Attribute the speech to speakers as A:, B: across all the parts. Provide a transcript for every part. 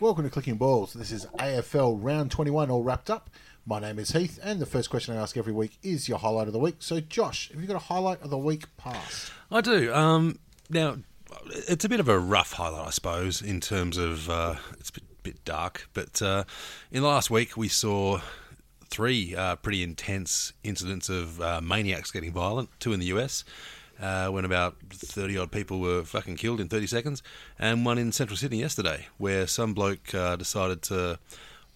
A: Welcome to Clicking Balls. This is AFL Round 21 all wrapped up. My name is Heath, and the first question I ask every week is your highlight of the week. So, Josh, have you got a highlight of the week past?
B: I do. Um, now, it's a bit of a rough highlight, I suppose, in terms of uh, it's a bit, bit dark. But uh, in the last week, we saw three uh, pretty intense incidents of uh, maniacs getting violent. Two in the US, uh, when about thirty odd people were fucking killed in thirty seconds, and one in Central Sydney yesterday, where some bloke uh, decided to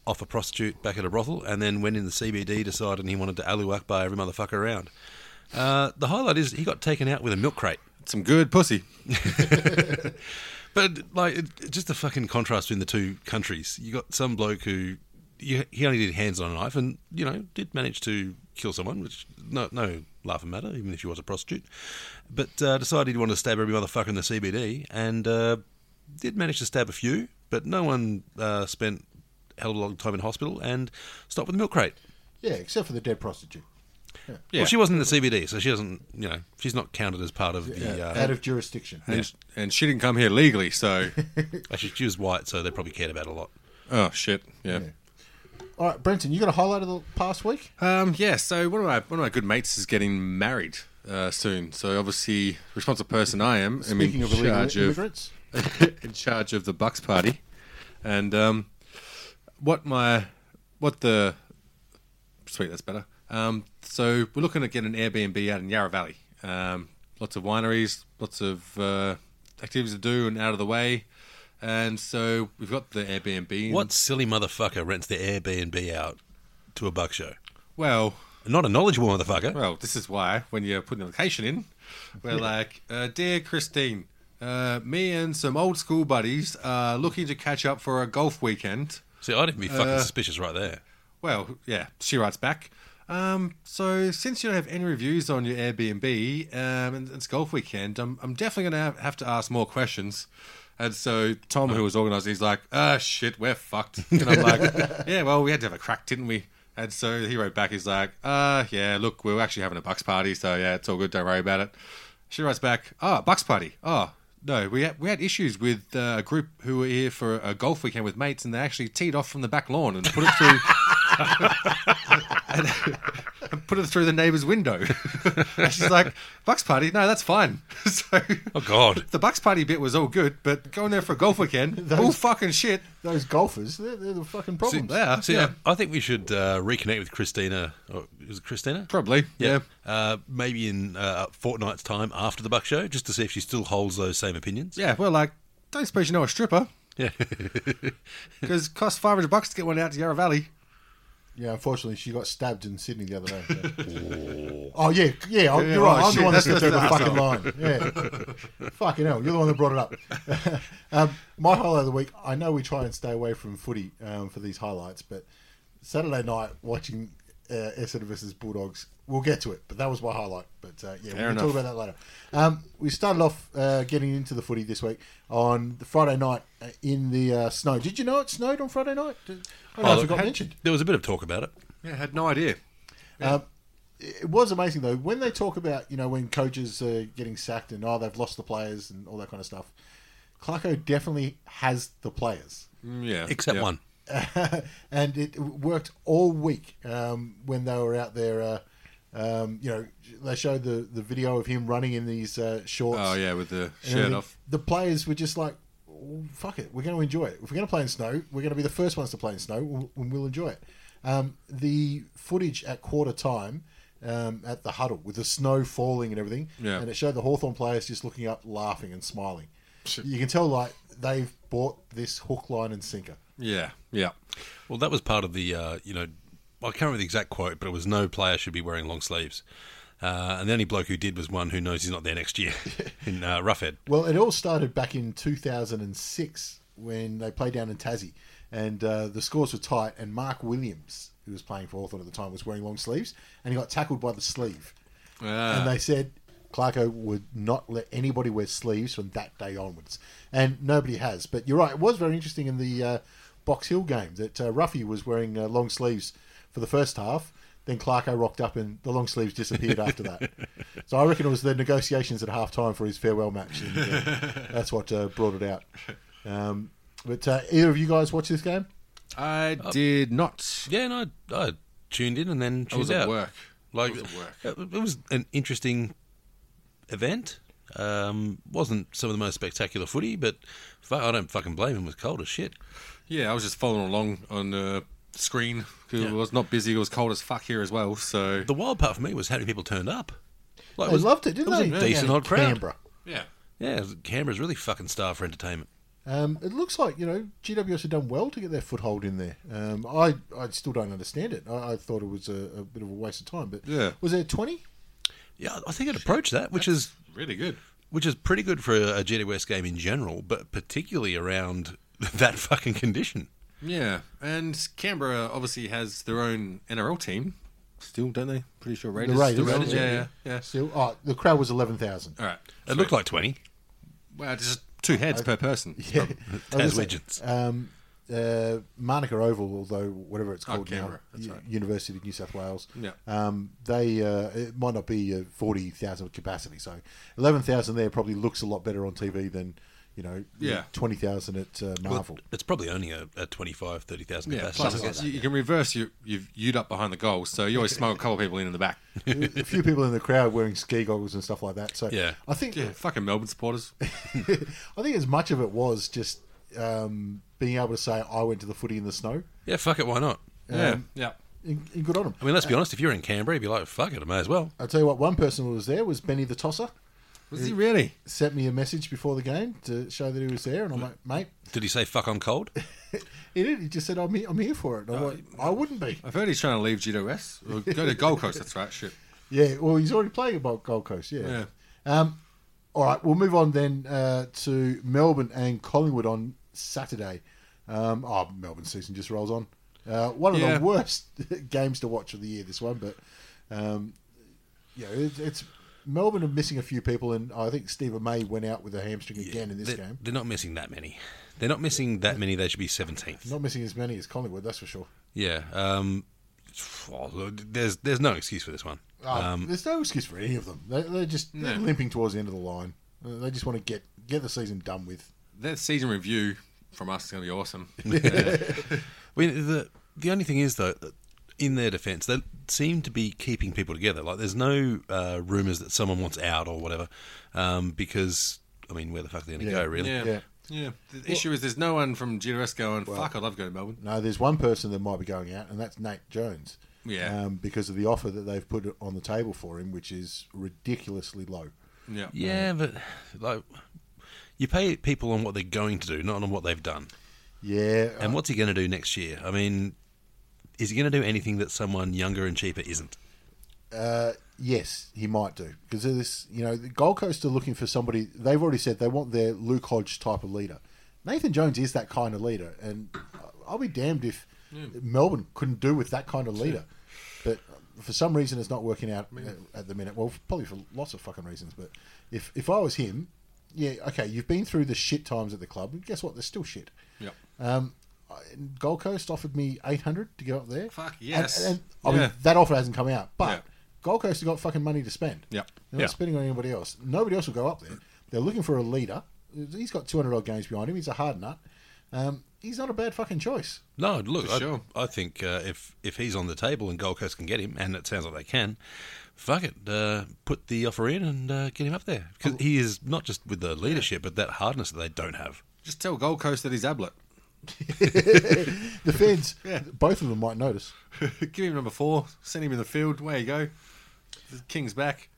B: off a prostitute back at a brothel, and then went in the CBD, decided he wanted to alu akbar every motherfucker around. Uh, the highlight is he got taken out with a milk crate.
C: Some good pussy.
B: But like, it, it- just the fucking contrast between the two countries. You got some bloke who you, he only did hands on a knife, and you know did manage to kill someone, which no no laughing matter, even if she was a prostitute. But uh, decided he wanted to stab every motherfucker in the CBD, and uh, did manage to stab a few, but no one uh, spent a hell of a long time in hospital, and stopped with the milk crate.
A: Yeah, except for the dead prostitute.
B: Well, she wasn't in the CBD, so she doesn't. You know, she's not counted as part of the.
A: Yeah,
B: Uh,
A: out of jurisdiction.
C: And, and she didn't come here legally, so.
B: actually, she was white, so they probably cared about it a lot.
C: oh, shit. Yeah.
A: All right, Brenton, you got a highlight of the past week?
C: Um, yeah, so one of my one of my good mates is getting married uh, soon. So obviously, responsible person I am, I'm
A: Speaking
C: in
A: of illegal
C: charge of
A: immigrants.
C: in charge of the Bucks party, and um, what my what the sweet that's better. Um, so we're looking at getting an Airbnb out in Yarra Valley. Um, lots of wineries, lots of uh, activities to do, and out of the way. And so we've got the Airbnb. and-
B: What silly motherfucker rents their Airbnb out to a buck show?
C: Well,
B: Not a knowledgeable motherfucker.
C: Well, this is why when you're putting an application in, we're like, uh, dear Christine, uh, me and some old school buddies are looking to catch up for a golf weekend.
B: See, I'd even be
C: uh,
B: fucking suspicious right there.
C: Well, yeah, she writes back. Um, so since you don't have any reviews on your Airbnb um, and it's golf weekend, I'm, I'm definitely going to have, have to ask more questions. And so Tom, who was organising, he's like, "Ah, shit, we're fucked." And I'm like, "Yeah, well, we had to have a crack, didn't we?" And so he wrote back, he's like, "Ah, yeah, look, we were actually having a bucks party, so yeah, it's all good. Don't worry about it." She writes back, "Ah, bucks party. Oh, no, we had, we had issues with uh, a group who were here for a golf weekend with mates, and they actually teed off from the back lawn and put it through." and put it through the neighbour's window. and she's like, Bucks party? No, that's fine. so
B: Oh God,
C: the Bucks party bit was all good, but going there for a golf weekend, all fucking shit.
A: Those golfers, they're, they're the fucking problems.
C: Yeah,
B: See,
C: yeah.
B: I, I think we should uh, reconnect with Christina. Or, is it Christina?
C: Probably, yeah.
B: Uh, maybe in uh, a fortnight's time after the buck show, just to see if she still holds those same opinions.
C: Yeah, well, like, don't suppose you know a stripper,
B: Yeah.
C: because it costs 500 bucks to get one out to Yarra Valley.
A: Yeah, unfortunately, she got stabbed in Sydney the other day. oh yeah, yeah,
C: Yeah,
A: you're right. I'm
C: oh,
A: the
C: shit,
A: one that's
C: that's-
A: doing the
C: that's
A: fucking line. Yeah, fucking hell, you're the one that brought it up. um, my highlight of the week. I know we try and stay away from footy um, for these highlights, but Saturday night watching uh, Essendon versus Bulldogs. We'll get to it, but that was my highlight. But uh, yeah,
C: Fair
A: we'll
C: enough.
A: talk about that later. Um, we started off uh, getting into the footy this week on the Friday night uh, in the uh, snow. Did you know it snowed on Friday night? Did, I don't
C: Oh,
A: know if it got mentioned.
B: There was a bit of talk about it.
C: Yeah, had no idea. Uh,
A: Um, it was amazing though when they talk about you know when coaches are getting sacked and oh they've lost the players and all that kind of stuff. Clarko definitely has the players,
C: Mm, Yeah.
B: Except
C: yeah.
B: one.
A: and it worked all week um, when they were out there. Uh, um, you know, they showed the, the video of him running in these uh, shorts.
C: Oh, yeah, with the
A: and
C: shirt
A: everything.
C: off.
A: The players were just like, well, fuck it, we're going to enjoy it. If we're going to play in snow, we're going to be the first ones to play in snow, and we'll enjoy it. Um, the footage at quarter time um, at the huddle with the snow falling and everything,
C: Yeah.
A: and it showed the Hawthorn players just looking up, laughing and smiling. You can tell like they've bought this hook, line, and sinker.
C: Yeah, yeah.
B: Well, that was part of the, uh, you know, I can't remember the exact quote, but it was no player should be wearing long sleeves. Uh, and the only bloke who did was one who knows he's not there next year in uh, Roughhead.
A: Well, it all started back in 2006 when they played down in Tassie, and uh, the scores were tight. And Mark Williams, who was playing for Hawthorn at the time, was wearing long sleeves, and he got tackled by the sleeve.
C: Ah.
A: And
B: Uh.
A: they said Clarko would not let anybody wear sleeves from that day onwards, and nobody has. But you're right; it was very interesting in the uh, Box Hill game that uh, Ruffy was wearing uh, long sleeves for the first half. Then Clarko rocked up, and the long sleeves disappeared after that. So I reckon it was the negotiations at half time for his farewell match, and uh, that's what uh, brought it out. Um, but uh, either of you guys watch this game?
C: I did not.
B: Yeah, and I, I tuned in and then tuned
C: I was
B: out.
C: at work.
B: Like,
C: I was at work.
B: It, it was an interesting event. Um, wasn't some of the most spectacular footy, but fu I don't fucking blame him. It was cold as shit.
C: Yeah, I was just following along on the screen. 'cause It was not busy. It was cold as fuck here as well. So
B: The wild part for me was how many people turned up. Like,
A: They loved it, didn't
B: it was
A: they?
B: a decent
A: Yeah.
B: odd crowd.
A: Canberra.
C: yeah,
B: Yeah, Canberra's really fucking starved for entertainment.
A: Um, it looks like you know GWS have done well to get their foothold in there. Um, I I still don't understand it. I, I thought it was a, a bit of a waste of time. But
C: Yeah.
A: was there twenty?
B: Yeah, I think I'd approach that, which is
C: really good.
B: which is pretty good for a GD West game in general, but particularly around that fucking condition.
C: Yeah, and Canberra obviously has their own NRL team still, don't they? Pretty sure Raiders.
A: Raiders,
C: still-
A: yeah,
C: yeah, yeah,
A: yeah.
C: yeah.
A: Still, oh, the crowd was eleven thousand.
C: All right.
B: It looked like twenty.
C: Wow, just two heads per person.
A: Yeah, I was
B: As
A: gonna
B: legends.
A: say, Um, uh, Manuka Oval, although whatever it's called now,
C: Oh, Canberra, that's
A: U-
C: right.
A: University of New South Wales.
C: Yeah.
A: Um, they uh, it might not be uh, forty thousand capacity, so eleven thousand there probably looks a lot better on TV than you know
C: Yeah.
A: twenty thousand at uh,
B: Well,
A: Marvel.
B: it's probably only a, a 25, 30,000
C: Yeah,
B: capacity.
C: plus you, you can reverse your you've you'd up behind the goal, so you always smuggle a couple of people in in the back.
A: a few people in the crowd wearing ski goggles and stuff like that. So
B: Yeah.
A: I think
C: Yeah, fucking Melbourne supporters.
A: I think as much of it was just um, being able to say I went to the footy in the snow.
B: yeah, fuck it, why not?
C: Yeah, yeah.
A: And, and good on them.
B: I mean, let's be honest, if you're in Canberra, you'd be like, fuck it, I may as well.
A: I'll tell you what, one person who was there was Benny the Tosser.
C: Was he really?
A: Sent me a message before the game to show that he was there, and I'm like, mate,
B: Did he say, fuck, I'm cold?
A: he did. He just said, I'm here, I'm here for it. And I'm like, I wouldn't be.
C: I've heard he's trying to leave GWS. Or go to Gold Coast, that's right. Shit.
A: Yeah, well, he's already playing about Gold Coast. Yeah.
C: Yeah.
A: Um, all right, we'll move on then uh, to Melbourne and Collingwood on Saturday. Um, oh, Melbourne season just rolls on. Uh, one of
C: Yeah.
A: the worst games to watch of the year, this one, but um, yeah, it, it's Melbourne are missing a few people, and I think Stephen May went out with a hamstring again in this
B: they're,
A: game.
B: they're not missing that many. They're not missing that many. They should be 17th.
A: Not missing as many as Collingwood, that's for sure.
B: Yeah. Um, oh, look, there's there's no excuse for this one.
C: Ah.
A: Oh,
C: Um,
A: there's no excuse for any of them. They, they're just they're limping towards the end of the line. Uh, They just want to get get the season done with.
C: That season review from us is going to be awesome.
B: I mean, the the only thing is though, that in their defence, they seem to be keeping people together. Like, there's no uh, rumours that someone wants out or whatever, um, because I mean, where the fuck are they going to go? Really?
C: Yeah.
A: Yeah.
C: yeah. The issue is there's no one from GWS going, fuck, I'd love to go to Melbourne.
A: No, there's one person that might be going out, and that's Nate Jones.
C: Yeah.
A: Um, because of the offer that they've put on the table for him, which is ridiculously low.
C: Yeah.
B: Yeah, but like, you pay people on what they're going to do, not on what they've done.
A: Yeah.
C: Uh-huh.
B: And what's he going to do next year? I mean, is he going to do anything that someone younger and cheaper isn't?
A: Uh, yes, he might do because of this. You know, the Gold Coast are looking for somebody. They've already said they want their Luke Hodge type of leader. Nathan Jones is that kind of leader, and I'll be damned if Melbourne couldn't do with that kind of leader. But for some reason, it's not working out at, at the minute. Well, probably for lots of fucking reasons. But if if I was him, yeah, okay, you've been through the shit times at the club, and guess what? They're still shit.
C: Yep.
A: Um, I- Gold Coast offered me eight hundred to go up there.
C: Fuck,
A: And-
C: yes.
A: And, I
C: Yeah.
A: mean, that offer hasn't come out, but
C: Yeah.
A: Gold Coast have got fucking money to spend.
C: Yep.
A: They're not
C: Yeah.
A: spending on anybody else. Nobody else will go up there. They're looking for a leader. He's got two hundred odd games behind him. He's a hard nut. Um, he's not a bad fucking choice.
B: No, look,
C: For
B: I,
C: sure.
B: I think uh, if if he's on the table and Gold Coast can get him, and it sounds like they can, fuck it, uh, put
C: Oh.
B: the offer in and uh, get him up there because he is not just with the leadership, but that hardness that they don't have.
C: Just tell Gold Coast that he's Ablett.
A: the fans, both of them might notice.
C: Give him number four. Send him in the field. Where you go? The King's back.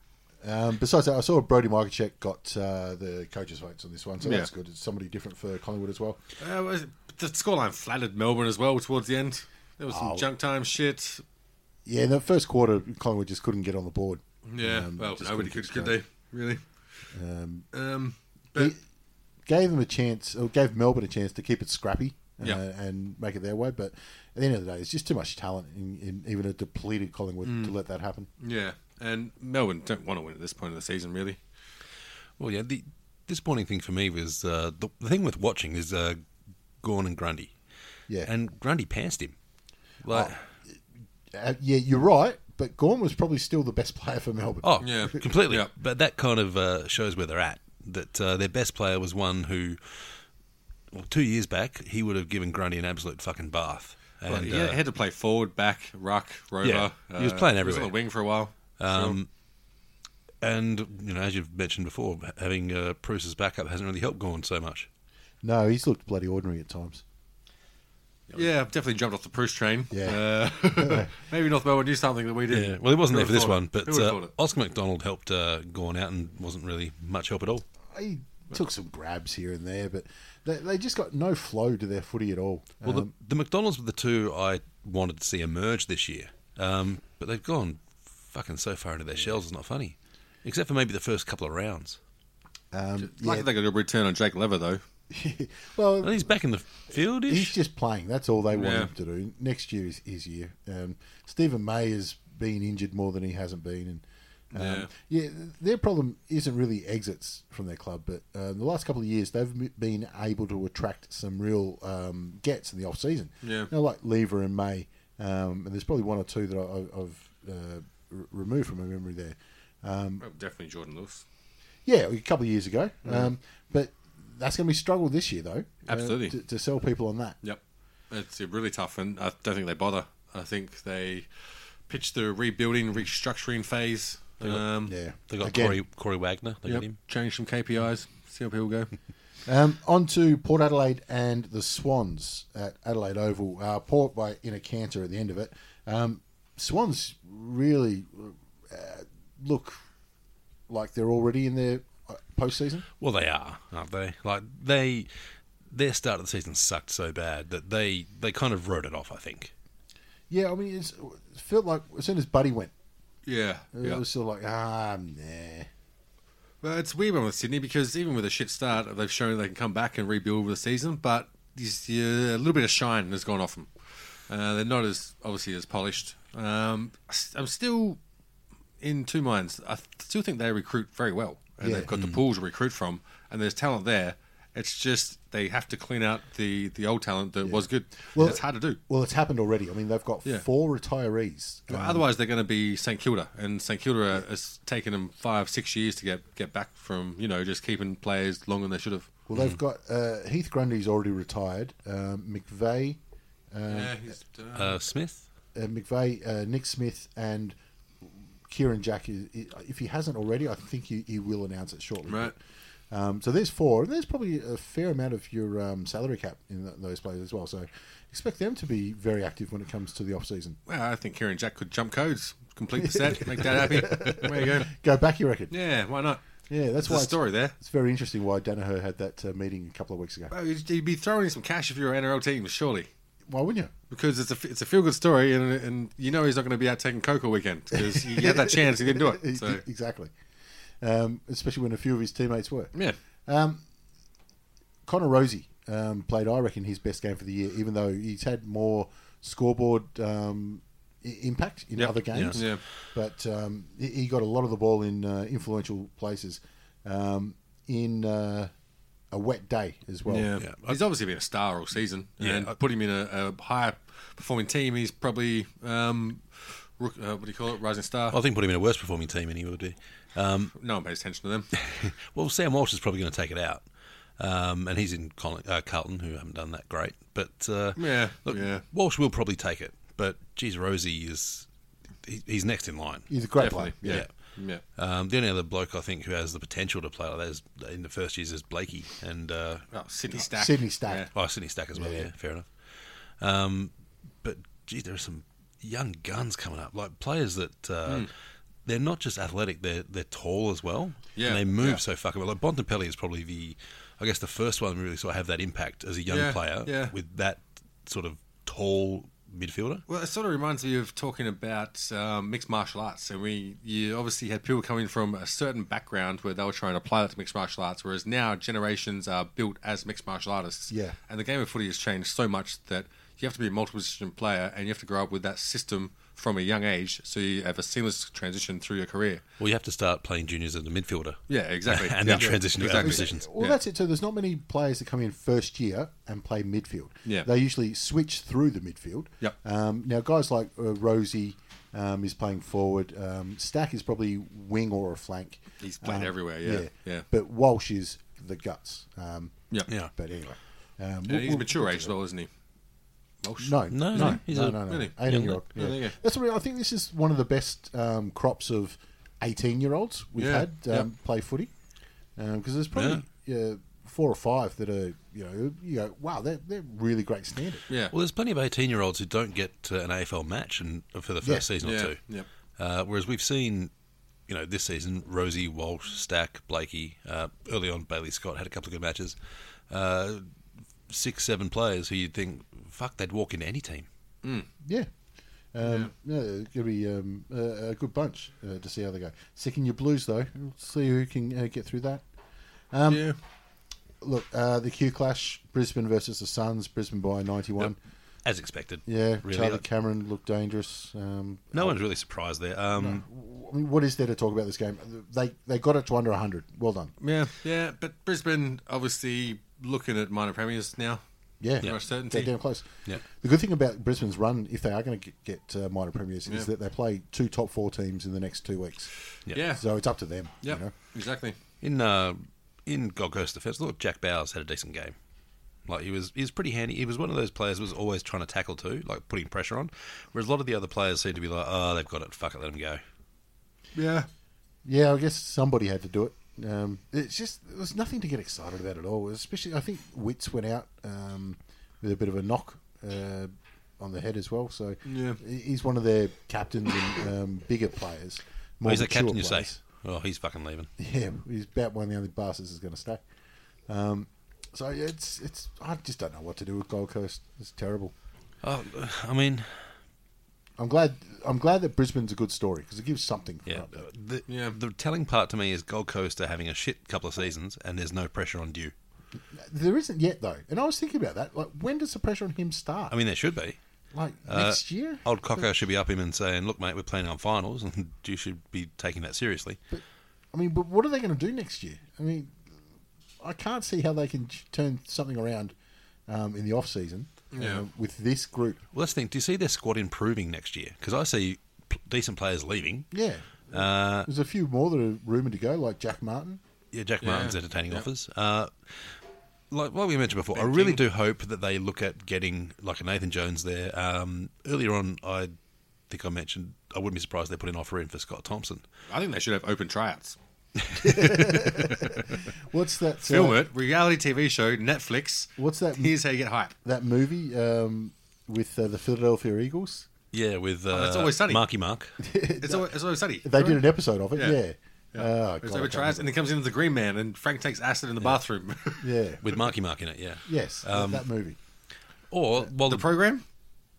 A: Um, besides that, I saw Brody Mikacek got uh, the coaches' votes on this one, so
C: Yeah.
A: that's good. It's somebody different for Collingwood as well.
C: Uh, was it- the scoreline flattered Melbourne as well towards the end. There was some
A: Oh.
C: junk time shit.
A: Yeah, in the first quarter, Collingwood just couldn't get on the board.
C: Yeah,
A: Um,
C: well,
A: just
C: nobody
A: couldn't keep
C: could, could
A: going.
C: they? Really? Um, but
A: It gave them a chance, or gave Melbourne a chance to keep it scrappy uh,
C: Yeah.
A: and make it their way. But at the end of the day, it's just too much talent in, in even a depleted Collingwood to
B: Mm.
A: let that happen.
C: yeah, and Melbourne don't want to win at this point of the season, really.
B: Well, yeah, the disappointing thing for me was uh, the, the thing with watching is uh, Gorn and Grundy.
A: Yeah.
B: And Grundy pantsed him. Like,
A: Uh, yeah, you're right, but Gorn was probably still the best player for Melbourne.
B: oh,
C: Yeah.
B: completely.
C: Yeah.
B: But that kind of uh, shows where they're at. That uh, their best player was one who, well, two years back, he would have given Grundy an absolute fucking bath. And,
C: But yeah,
B: uh,
C: he had to play forward, back, ruck, rover. Uh,
B: Yeah, he was playing
C: He was
B: everywhere.
C: on the wing for a while.
B: Um, and you know, as you've mentioned before, having uh, Bruce as backup hasn't really helped Gorn so much.
A: No, he's looked bloody ordinary at times.
C: So, yeah, I've definitely jumped off the Proust train.
A: Yeah.
C: Uh, maybe North Melbourne knew something that we didn't.
B: Well, he wasn't
C: Who
B: there for this one,
C: would've thought it?
B: but
C: Who would've
B: uh,
C: thought it?
B: Oscar McDonald helped uh, Gorn out and wasn't really much help at all.
A: He took some grabs here and there, but they, they just got no flow to their footy at all.
B: Well,
A: Um,
B: the, the McDonald's were the two I wanted to see emerge this year, um, but they've gone fucking so far into their shells. It's not funny, except for maybe the first couple of rounds.
A: um,
C: Lucky they got a return on Jake Lever, though.
A: yeah. well,
B: Well, he's back in the field
A: He's
B: ish.
A: just playing. That's all they want
C: Yeah.
A: him to do. Next year is his year. Um, Stephen May has been injured more than he hasn't been, and um, yeah. their problem isn't really exits from their club, but uh, the last couple of years they've m- been able to attract some real um, gets in the off season.
C: Yeah.
A: you know, like Lever and May, um, and there's probably one or two that I, I've uh, r- removed from my memory there.
C: Well, Oh, definitely Jordan Lewis.
A: Yeah, a couple of years ago, um, but that's going to be a struggle this year though. uh,
C: Absolutely.
A: to, to sell people on that.
C: Yep. It's a really tough, and I don't think they bother. I think they pitch the rebuilding, restructuring phase. Um,
A: Yeah,
B: They got
A: Again,
B: Corey, Corey Wagner. They
C: yep,
B: got him.
C: Change some KPIs, see how people go.
A: Um, on to Port Adelaide and the Swans at Adelaide Oval. Uh, Port by in a canter at the end of it. Um, Swans really uh, look like they're already in their uh, postseason.
B: Well, they are, aren't they? Like they, their start of the season sucked so bad that they they kind of wrote it off. I think.
A: Yeah, I mean, it's, it felt like as soon as Buddy went,
C: yeah.
A: it
C: yeah.
A: was sort of like ah, nah.
C: Well, it's a weird one with Sydney because even with a shit start, they've shown they can come back and rebuild with the season, but this year, a little bit of shine has gone off them. Uh, they're not as obviously as polished. Um, I s- I'm still in two minds. I th- still think they recruit very well, and
A: Yeah. Mm.
C: they've got the pool to recruit from, and there's talent there. It's just they have to clean out the, the old talent that was good.
A: Well-
C: it's hard to do.
A: Well, it's happened already. I mean, they've got
C: Yeah.
A: four retirees.
C: Well, Otherwise, they're going to be St Kilda, and St Kilda has taken them five, six years to get get back from you know just keeping players longer than they should have.
A: Well, they've got uh, Heath Grundy's already retired. Um, McVeigh,
C: Yeah, he's,
B: Uh, Smith.
A: uh, McVeigh, uh, Nick Smith, and Kieran Jack. Is, i if he hasn't already, I think he, he will announce it shortly.
C: Right.
A: Um, so there's four, and there's probably a fair amount of your um, salary cap in th- those players as well. So expect them to be very active when it comes to the off season.
C: well, I think Kieran Jack could jump codes, complete the set, make Dad happy. There you go.
A: Go back, you reckon?
C: Yeah, why not?
A: Yeah, that's
C: There's
A: why
C: a story there.
A: It's very interesting why Danaher had that uh, meeting a couple of weeks ago.
C: Well, you'd you'd be throwing in some cash if you're an NRL team, surely,
A: Why wouldn't you?
C: because it's a it's a feel good story, and and you know he's not going to be out taking coke all weekend because he had that chance, he didn't do it. So
A: E-, Exactly. Um, especially when a few of his teammates were.
C: yeah,
A: Connor Rosie um, played, I reckon, his best game for the year, even though he's had more scoreboard um, i- impact in
C: Yep.
A: other games.
C: Yeah. Yeah.
A: But um, he- he got a lot of the ball in uh, influential places um, in uh, a wet day as well.
C: yeah, He's obviously been a star all season, and put him in a, a higher performing team. He's probably um, rook, uh, what do you call it, rising star.
B: I think put him in a worse performing team, and he would be. Um,
C: no one pays attention to them.
B: Well, Sam Walsh is probably going to take it out, um, and he's in Colin, uh, Carlton, who haven't done that great. But uh,
C: Yeah, yeah.
B: Walsh will probably take it. But geez, Rosie is he, he's next in line.
A: He's a great
C: Definitely,
A: player. Yeah.
C: yeah. Yeah.
B: Um, the only other bloke I think who has the potential to play like that is, in the first years is Blakey and uh,
C: Oh, Sydney Stack.
A: Sydney Stack.
C: Yeah.
B: oh Sydney Stack as well. Yeah, fair enough. Um, but gee, there are some young guns coming up, like players that uh,
C: Hmm.
B: they're not just athletic; they're they're tall as well.
C: Yeah,
B: and they move
C: yeah.
B: so fucking well. Like Bontempelli is probably the, I guess, the first one really sort of have that impact as a young
C: Yeah,
B: player
C: yeah.
B: with that sort of tall midfielder.
C: Well, it sort of reminds me of talking about um, mixed martial arts, and we you obviously had people coming from a certain background where they were trying to apply that to mixed martial arts, whereas now generations are built as mixed martial artists.
A: Yeah.
C: and the game of footy has changed so much that you have to be a multiple position player, and you have to grow up with that system from a young age, so you have a seamless transition through your career.
B: Well, you have to start playing juniors as a midfielder.
C: Yeah, exactly.
B: and then
C: Yeah.
B: transition to other
C: Exactly.
B: positions.
A: Well, that's it. So there's not many players that come in first year and play midfield.
C: Yeah.
A: they usually switch through the midfield.
C: Yep.
A: Um, now, guys like uh, Rosie um, is playing forward. Um, Stack is probably wing or a flank.
C: He's played
A: Um,
C: everywhere. Yeah, yeah.
A: But Walsh is the guts. Um,
C: yeah.
B: Yeah.
A: But anyway, um,
C: And he's mature age as well, isn't he? Walsh.
A: No,
B: No,
A: no,
B: no,
A: no,
B: he's
A: no,
B: a-
A: no, no.
C: really?
A: Eighteen year old.
B: Young-
C: Yeah, there you
A: Yeah.
C: go.
A: That's what I mean. I think this is one of the best um, crops of eighteen-year-olds we've
C: Yeah,
A: had
C: yeah.
A: um, play footy, because there's probably yeah, four or five that are you know you go wow they're they're really great standard.
C: Yeah.
B: Well, there's plenty of 18 year olds who don't get to an AFL match and for the first
A: Yeah.
B: season or
C: Yeah.
B: two.
C: Yep.
B: Uh, whereas we've seen, you know, this season, Rosie, Walsh, Stack, Blakey, uh, early on, Bailey Scott had a couple of good matches. Uh, six, seven players who you'd think, fuck, they'd walk into any team.
A: Yeah. Um, yeah. it's going to be um, a, a good bunch uh, to see how they go. Sick in your blues, though. We'll see who can uh, get through that.
B: Um,
C: yeah.
A: Look, uh, the Q Clash, Brisbane versus the Suns, Brisbane by 91.
B: As expected.
A: Yeah,
B: really.
A: Charlie
B: I-
A: Cameron looked dangerous. Um,
B: no one's really surprised there. Um,
A: I mean, what is there to talk about this game? They they got it to under 100. Well done.
C: Yeah, yeah, but Brisbane obviously looking at minor premiers now.
A: Yeah,
C: Pretty much certainty.
A: they're damn close.
B: Yeah.
A: The good thing about Brisbane's run, if they are going to get, get uh, minor premiers,
C: Yeah.
A: is that they play two top four teams in the next two weeks.
B: Yeah.
C: Yeah,
A: So it's up to them.
C: Yep,
A: You know?
C: exactly.
B: In uh, in Gold Coast defence, look, Jack Bowers had a decent game. Like he was, he was pretty handy. He was one of those players who was always trying to tackle too, like putting pressure on. Whereas a lot of the other players seem to be like, oh, they've got it, fuck it, let them go.
C: Yeah,
A: Yeah, I guess somebody had to do it. Um, it's just there was nothing to get excited about at all. Especially, I think Wits went out um, with a bit of a knock uh, on the head as well. So
C: Yeah.
A: he- he's one of their captains and um, bigger players. More
B: Oh, he's a
A: mature
B: captain, you say.
A: players.
B: Oh, he's fucking leaving.
A: Yeah, he's about one of the only bastards that's going to stay. Um, so yeah, it's it's I just don't know what to do with Gold Coast. It's terrible.
B: Oh, I mean,
A: I'm glad I'm glad that Brisbane's a good story because it gives something. For
B: yeah.
A: us.
B: uh, The,
C: Yeah.
B: the telling part to me is Gold Coast are having a shit couple of seasons, and there's no pressure on Dew.
A: there isn't yet though, and I was thinking about that. Like, when does the pressure on him start?
B: I mean, there should be.
A: like
B: Uh,
A: next year.
B: Old Cocker should be up him and saying, "Look, mate, we're playing on finals, and Dew should be taking that seriously."
A: I mean, but what are they going to do next year? I mean, I can't see how they can ch- turn something around um, in the off season
C: Yeah.
A: with this group.
B: Well, let's think. Do you see their squad improving next year? Because I see p- decent players leaving.
A: Yeah,
B: Uh,
A: there's a few more that are rumored to go, like Jack Martin.
B: Yeah, Jack
C: Yeah.
B: Martin's entertaining
C: Yeah.
B: offers. Uh, like what we mentioned before, I really do hope that they look at getting like a Nathan Jones there. Um, earlier on, I think I mentioned I wouldn't be surprised they put an offer in for Scott Thompson.
C: I think they should have open tryouts.
A: What's that?
C: Film
A: uh,
C: it, reality TV show, Netflix.
A: What's that-
C: Here's how you get hype.
A: That movie um, with uh, the Philadelphia Eagles.
B: Yeah, with uh,
C: Oh, that's always sunny.
B: Marky Mark.
C: It's always, it's always sunny.
A: They did an episode of it.
C: Yeah.
A: Yeah. Oh, God,
C: It's
A: I
C: open
A: can't
C: tryouts, and it comes into the Green Man, and Frank takes acid in the bathroom.
A: remember. Yeah.
B: With Marky Mark in it, yeah.
A: Yes. that movie.
B: Or while the,
C: the program.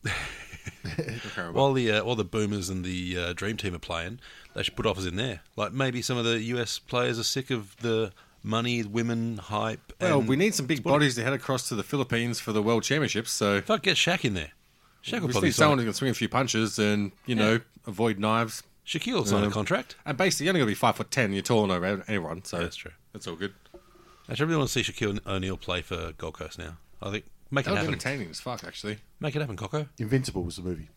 C: Okay, well,
B: while the uh, while the Boomers and the uh, Dream Team are playing, they should put offers in there. Like maybe some of the US players are sick of the money, women hype.
C: well,
B: and
C: we need some big bodies to head across to the Philippines for the World Championships. So
B: fuck get Shaq in there. Shaq will
C: we just
B: probably
C: need
B: sign.
C: someone who can swing a few punches and you know avoid knives.
B: Shaquille signed a
C: Um,
B: contract.
C: And basically, you're only going to be five foot ten. You're taller than over anyone, so
B: That's true.
C: That's all good.
B: Actually, I really want to see Shaquille O'Neal play for Gold Coast now. I think make
C: That
B: it
C: would be
B: happen.
C: entertaining as fuck, actually.
B: Make it happen, Coco.
A: Invincible was the movie.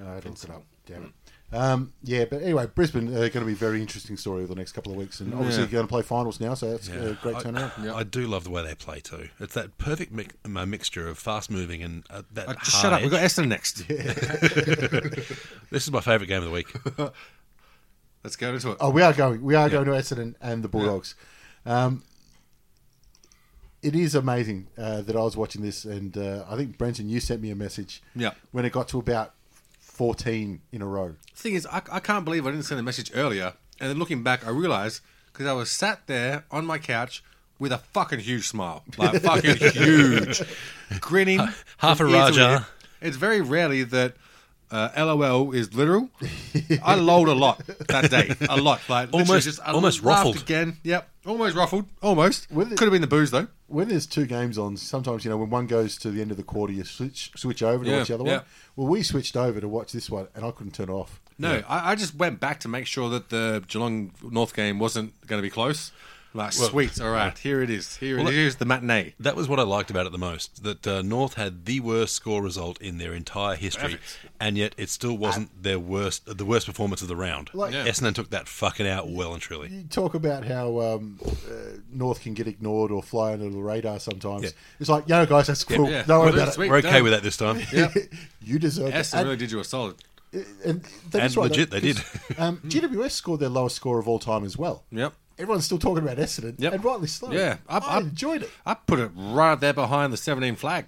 A: Uh, I looked it up. Damn it. Um, yeah, but anyway, Brisbane are going to be a very interesting story over the next couple of weeks, and obviously
C: Yeah.
A: going to play finals now, so that's a great
B: I-
A: turnaround.
B: I, do love the way they play too. It's that perfect mi- uh, mixture of fast moving and uh, that.
C: Uh, just
B: hard
C: shut up. We've got
B: edge.
C: Essendon next.
B: This is my favourite game of the week.
C: Let's go into it.
A: Oh, we are going. We are going to Essendon and the Bulldogs. Um, it is amazing uh, that I was watching this, and uh, I think Brenton, you sent me a message.
C: Yeah.
A: When it got to about fourteen in a row.
C: thing is, I, I can't believe I didn't send a message earlier. And then looking back, I realized because I was sat there on my couch with a fucking huge smile, like fucking huge, grinning,
B: Half a
C: from ear to
B: Raja.
C: ear. It's very rarely that. Uh, LOL is literal. I lolled a lot that day, a lot, like literally
B: Almost-
C: just I
B: almost
C: laughed
B: ruffled.
C: again. Yep, almost ruffled, almost.
A: With it-
C: Could have been the booze though.
A: When there's two games on, sometimes you know when one goes to the end of the quarter, you switch switch over to
C: Yeah,
A: watch the other
C: yeah.
A: one. Well, we switched over to watch this one, and I couldn't turn it off.
C: No, I, I just went back to make sure that the Geelong North game wasn't going to be close. Like, sweet, all right, here it is. Here it is. Here's the matinee.
B: That was what I liked about it the most. That uh, North had the worst score result in their entire history, and yet it still wasn't their worst, the worst performance of the round.
A: Like- Yeah.
B: Essendon took that fucking out well and truly.
A: You talk about how um, uh, North can get ignored or fly under the radar sometimes.
B: Yeah.
A: It's like, yeah, guys, that's cool.
C: yeah.
A: Don't worry
C: Well,
A: about
C: that's
A: it.
C: sweet.
B: We're okay
C: done.
B: with that this time.
A: you deserve it.
C: Essendon
A: And-
C: really did you a solid.
A: And, that is
B: And legit, they
A: 'cause,
B: did.
A: um, GWS scored their lowest score of all time as well.
C: Yep.
A: Everyone's still talking about Essendon,
C: Yep.
A: and rightly so.
C: Yeah,
A: I,
C: I- I-
A: enjoyed it.
C: I put it right there behind the 17 flag.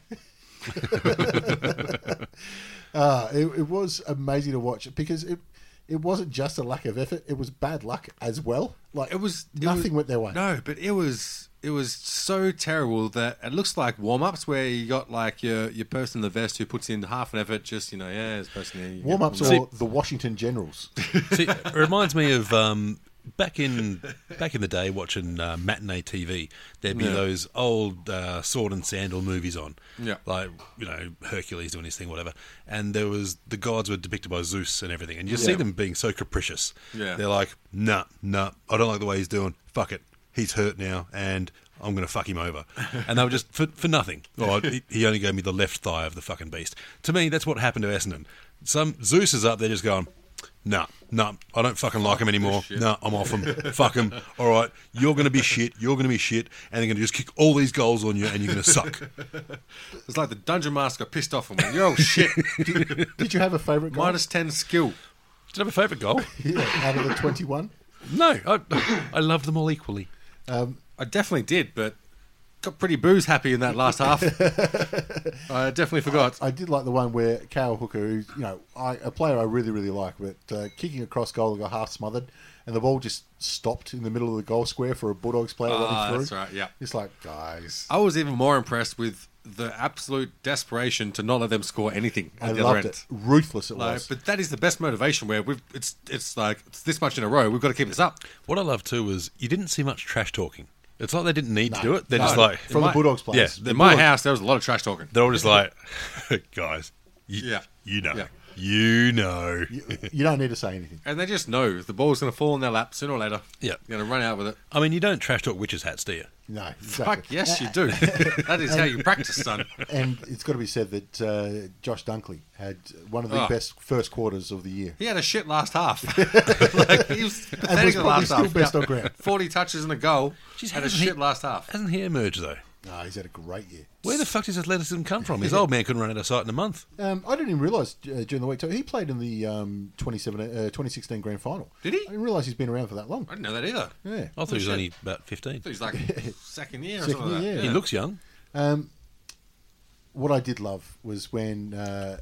A: Uh, it. It was amazing to watch it because it it wasn't just a lack of effort; it was bad luck as well. Like
C: It was it
A: nothing
C: was-
A: went their way.
C: No, but it was it was so terrible that it looks like warm ups where you got like your your person in the vest who puts in half an effort. Just you know, yeah, this person. Here, you
A: Warm ups
C: get-
A: or the Washington Generals.
B: See, it reminds me of um, back in back in the day watching uh, matinee TV. There'd be those old uh, sword and sandal movies on,
C: Yeah.
B: like you know Hercules doing his thing, whatever. And there was the gods were depicted by Zeus and everything, and you see them being so capricious.
C: Yeah.
B: they're like, nah, nah, I don't like the way he's doing. Fuck it, he's hurt now, and. I'm gonna fuck him over, and they were just for, for nothing. Oh, he, he only gave me the left thigh of the fucking beast. To me, that's what happened to Essendon. Some Zeus is up there just going, no, no, I don't fucking like him anymore. No, I'm off him. Fuck him. All right, you're going to be shit. You're going to be shit, and they're going to just kick all these goals on you, and you're going to suck.
C: It's like the dungeon master got pissed off and went, "Yo, shit,
A: Did you have a favourite goal?
C: minus 10 skill."
B: Did you have a favourite goal?
A: Yeah, out of the twenty-one.
B: No, I, I love them all equally.
C: I definitely did, but got pretty booze happy in that last half. I definitely forgot.
A: I did like the one where Carol Hooker, who's you know I, a player I really really like, but uh, kicking across goal and got half smothered, and the ball just stopped in the middle of the goal square for a Bulldogs player
C: Ah,
A: running through.
C: that's right, yeah.
A: it's like guys,
C: I was even more impressed with the absolute desperation to not let them score anything at
A: I
C: the other
A: loved
C: end.
A: it, ruthless it
C: Like,
A: was.
C: but that is the best motivation. Where we've it's it's like it's this much in a row. We've got to keep this up.
B: What I love too was you didn't see much trash talking. It's like they didn't need to do it. They're just
A: No,
B: like
A: from the
C: my-
A: Bulldogs players.
B: yeah,
C: In my house, there was a lot of trash talking.
B: they're all just like, guys, you,
C: Yeah.
B: you know,
C: Yeah.
B: you know.
A: you don't need to say anything.
C: And they just know the ball's going to fall in their lap sooner or later.
B: Yeah.
C: You're going to run out with it.
B: I mean, you don't trash talk witches' hats, do you?
A: No,
C: Fuck,
A: exactly.
C: yes, you do. that is how you practice, son.
A: And it's got to be said that uh, Josh Dunkley had one of the
C: Oh.
A: best first quarters of the year.
C: He had a shit last half. like, he was
A: And was
C: pathetic in the
A: probably
C: last
A: still
C: half.
A: best on ground.
C: 40 touches and a goal.
B: Jeez,
C: had a
B: hasn't he-
C: shit last half.
B: Hasn't he emerged though?
A: No, Ah, he's had a great year.
B: Where the fuck does athleticism come from? His old man couldn't run out of sight in a month.
A: Um, I didn't even realise uh, during the week. So he played in the um, 27, uh, 2016 grand final.
C: Did he?
A: I didn't realise he's been around for that long.
C: I didn't Oh. know that either. I
A: Yeah.
B: I thought he was
C: shit.
B: only about 15.
C: thought He's like second year or
A: Second
C: something like
A: year,
C: that.
A: yeah.
B: He looks young.
A: Um, what I did love was when uh,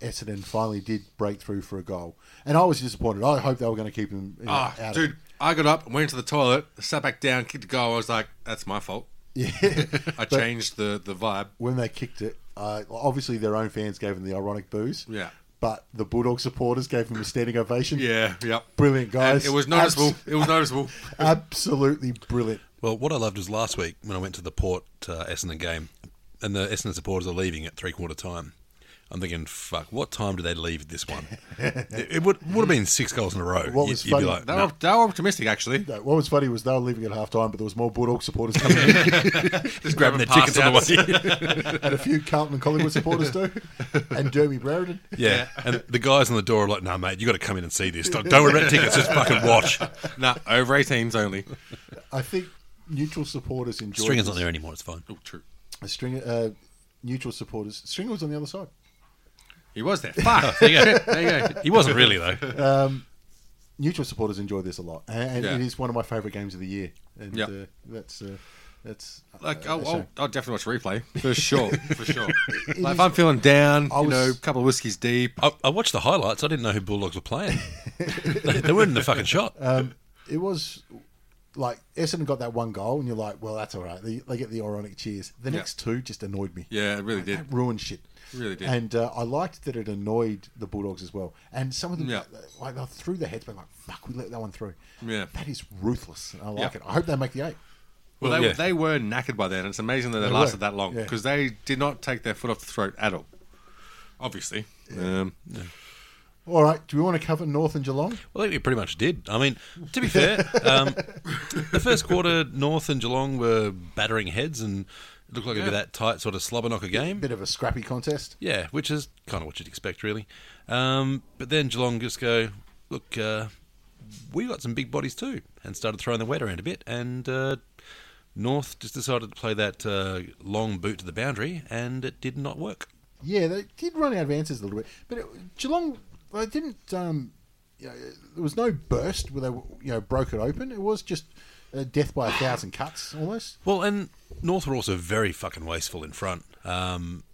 A: Essendon finally did break through for a goal, and I was disappointed. I hoped they were going to keep him you know,
C: Ah,
A: out.
C: dude,
A: Of,
C: I got up, went to the toilet, sat back down, kicked a goal. I was like, that's my fault. Yeah. I changed the, the vibe.
A: when they kicked it, uh, obviously their own fans gave him the ironic booze.
C: Yeah.
A: But the Bulldog supporters gave him a standing ovation.
C: Yeah, yep.
A: Brilliant, guys.
C: And it was noticeable.
A: Abs-
C: it was noticeable.
A: absolutely brilliant.
B: Well, what I loved was last week when I went to the Port uh, Essendon game, and the Essendon supporters are leaving at three quarter time. I'm thinking, fuck, what time do they leave this one? it it would would have been six goals in a row.
A: What was
B: you'd
A: funny-
B: be like,
C: They
B: "Nah."
C: were, they were optimistic, actually.
A: No, what was funny was they were leaving at half time, but there was more Bulldog supporters coming in,
C: Just
B: grabbing
C: the
B: their tickets on the way.
A: and a few Carlton and Collingwood supporters too, and Jeremy Brereton.
B: yeah. and the guys on the door are like, "No, mate, you got to come in and see this. Don't, don't worry about tickets. Just fucking watch."
C: No, over 18s only.
A: I think neutral supporters enjoyed.
B: Stringer's
A: this.
B: not there anymore. It's fine.
C: Oh, true.
A: A Stringer, uh, neutral supporters. Stringer was on the other side.
C: He was there. Fuck.
B: There you go.
C: There you go.
B: He wasn't really though.
A: neutral supporters enjoy this a lot, and, and
C: Yeah.
A: it is one of my favourite games of the year. And
C: Yeah.
A: uh, that's uh, that's
C: Like
A: uh,
C: oh, I'll,
A: a
C: I'll,
A: shame.
C: I'll definitely watch replay for sure, for sure. like
A: is-
C: if I'm feeling down,
A: I
C: you
A: was-
C: know, a couple of whiskeys deep. oh,
B: I, I watched the highlights. I didn't know who Bulldogs were playing. they, they weren't in the fucking shot.
C: oh.
A: it was like Essendon got that one goal, and you're like, well, that's all right. They, they get the ironic cheers. The next two just annoyed me.
C: Yeah, it really did.
A: That ruined shit.
C: Really did.
A: And uh, I liked that it annoyed the Bulldogs as well. And some of them, uh,
C: Yeah.
A: like, they threw their heads back, like, fuck, we let that one through.
C: Yeah.
A: That is ruthless. And I like
C: Yeah.
A: it. I hope they make the eight.
C: Well,
B: Well,
C: they,
B: yeah.
C: they were knackered by then. It's amazing that they,
A: They
C: lasted
A: were,
C: that long
A: yeah.
C: because they did not take their foot off the throat at all. Obviously, um,
A: All right. Do we want to cover North and Geelong?
B: Well, I think we pretty much did. I mean, to be fair, um, the first quarter, North and Geelong were battering heads, and it looked like it'd be that tight sort of slobber knocker game.
A: Bit of a scrappy contest.
B: Yeah, which is kind of what you'd expect, really. Um, but then Geelong just go, look, uh, we got some big bodies too, and started throwing their weight around a bit. And uh, North just decided to play that uh, long boot to the boundary, and it did not work.
A: Yeah, they did run out of answers a little bit, but it, Geelong they didn't. Um, you know, there was no burst where they you know broke it open. It was just uh, death by a thousand cuts almost.
B: Well, and North were also very fucking wasteful in front. Um,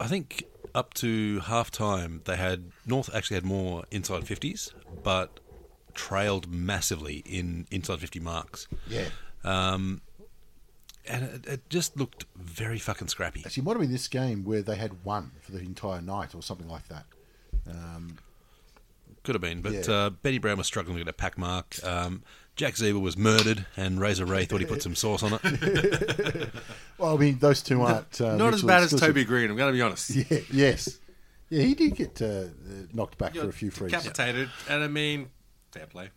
B: I think up to half time, they had North actually had more inside 50s, but trailed massively in inside 50 marks.
A: Yeah,
B: And it, it just looked very fucking scrappy.
A: actually, it might have been this game where they had one for the entire night or something like that.
B: Could have been, but
A: Yeah.
B: uh, Benny Brown was struggling to get a pack mark. Um, Jack Zeber was murdered, and Razor Ray thought he put some sauce on it.
A: Well, I mean, those two aren't uh,
C: not as
A: mutually
C: bad as
A: exclusive.
C: Toby Green. I'm going to be honest.
A: Yeah, yes, yeah, he did get uh, uh, knocked back for a few frees.
C: decapitated, and I mean, fair play.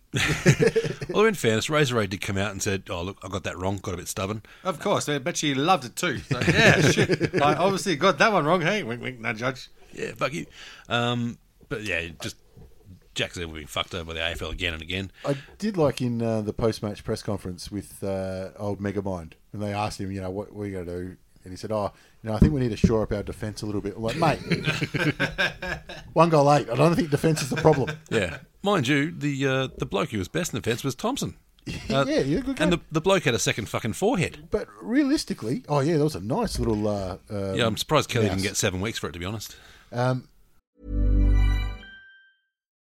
B: Although, in fairness, Razor Ray did come out and said, "Oh, look, I got that wrong. Got a bit stubborn."
C: Of course, I bet she loved it too. So, yeah, shit. I obviously got that one wrong. Hey, wink, wink, no judge.
B: yeah, fuck you. Um, but yeah, just Jack Zeber being fucked over by the AFL again and again.
A: I did like in uh, the post-match press conference with uh, old Megamind, and they asked him, you know, what, what are you going to do? And he said, oh, you know, I think we need to shore up our defence a little bit. I'm like, mate, one goal eight. I don't think defence is the problem.
B: Yeah, mind you, the uh, the bloke who was best in defence was Thompson. Uh,
A: yeah, you're a good guy.
B: and the, the bloke had a second fucking forehead.
A: but realistically, oh yeah, that was a nice little. Uh, uh,
B: Yeah, I'm surprised Kelly didn't
A: mouse.
B: get seven weeks for it. To be honest,
A: Um,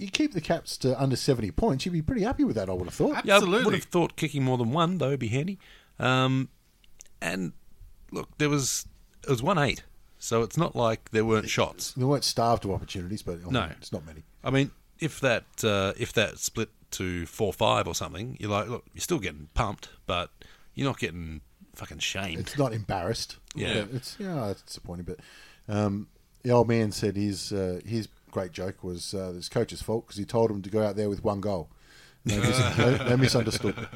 A: you keep the caps to under seventy points, you'd be pretty happy with that. I would have thought.
B: yeah, I
C: Absolutely.
B: would have thought kicking more than one though would be handy. Um, and look, there was it was one eight, so it's not like there weren't shots.
A: They weren't starved of opportunities, but oh,
B: No.
A: it's not many.
B: I mean, if that uh, if that split to four five or something, you're like, look, you're still getting pumped, but you're not getting fucking shamed.
A: It's not embarrassed.
B: Yeah.
A: But it's yeah, it's disappointing. But um, the old man said his uh, his great joke was uh, his coach's fault because he told him to go out there with one goal. And They, mis- they- they misunderstood.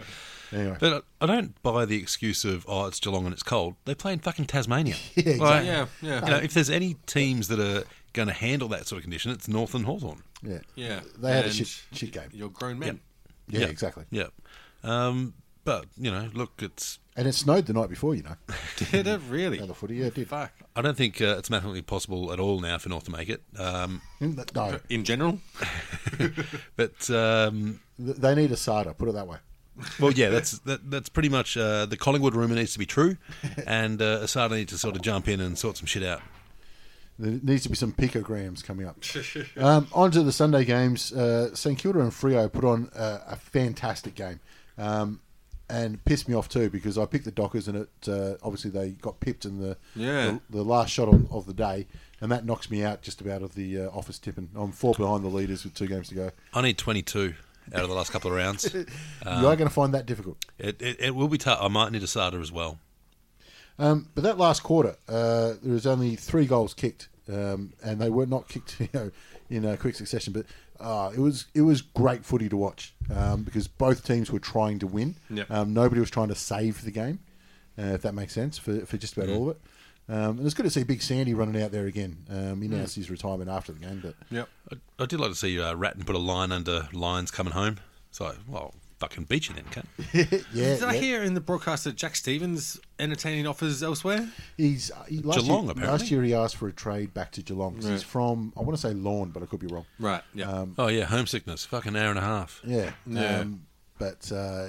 A: Anyway,
B: But I I don't buy the excuse of oh it's Geelong and it's cold. They play in fucking Tasmania.
A: Yeah,
B: Like,
A: exactly.
C: Yeah, yeah.
B: You know, if there's any teams that are going to handle that sort of condition, it's North and Hawthorn.
A: yeah,
C: Yeah,
A: they had a
C: and
A: shit, shit game.
C: You're grown men.
A: Yeah, exactly.
B: Yeah. Um, but you know, look, it's
A: And it snowed the night before, you know.
C: Did it really?
A: Another footy, yeah, it did.
C: Fuck.
B: I don't think uh, it's mathematically possible at all now for North to make it. Um,
A: No,
C: In general,
B: but um,
A: th- they need a Sada. Put it that way.
B: Well, yeah, that's that, that's pretty much uh, the Collingwood rumor needs to be true, and uh, Asada needs to sort of jump in and sort some shit out.
A: There needs to be some picograms coming up. um, on to the Sunday games. Uh, St Kilda and Frio put on uh, a fantastic game um, and pissed me off too because I picked the Dockers and it uh, obviously they got pipped in the
C: Yeah.
A: the, the last shot on, of the day and that knocks me out just about of the uh, office tip and I'm four behind the leaders with two games to go.
B: I need 22 out of the last couple of rounds. it,
A: you are going to find that difficult.
B: it, it will be tough. I might need a starter as well.
A: Um, but that last quarter, uh, there was only three goals kicked, um, and they were not kicked you know, in uh, quick succession. But uh, it was it was great footy to watch um, because both teams were trying to win.
C: Yep.
A: Um, nobody was trying to save the game, uh, if that makes sense for, for just about all of it. Um, and it's good to see Big Sandy running out there again. Um, he announced his retirement after the game, but
C: Yep.
B: I, I did like to see uh, Ratton put a line under Lions coming home. So, well, fucking beat you then, can
A: yeah,
C: Did I
A: yeah.
C: hear in the broadcast that Jack Stevens entertaining offers elsewhere?
A: he's uh, he, last
B: Geelong,
A: Year,
B: apparently.
A: Last year he asked for a trade back to Geelong. 'cause He's
C: Right.
A: from I want to say Lawn, but I could be wrong.
C: Right. Yeah.
A: Um,
B: Oh, yeah, homesickness. Fucking hour and a half.
A: Yeah.
C: Yeah.
A: Um, but uh,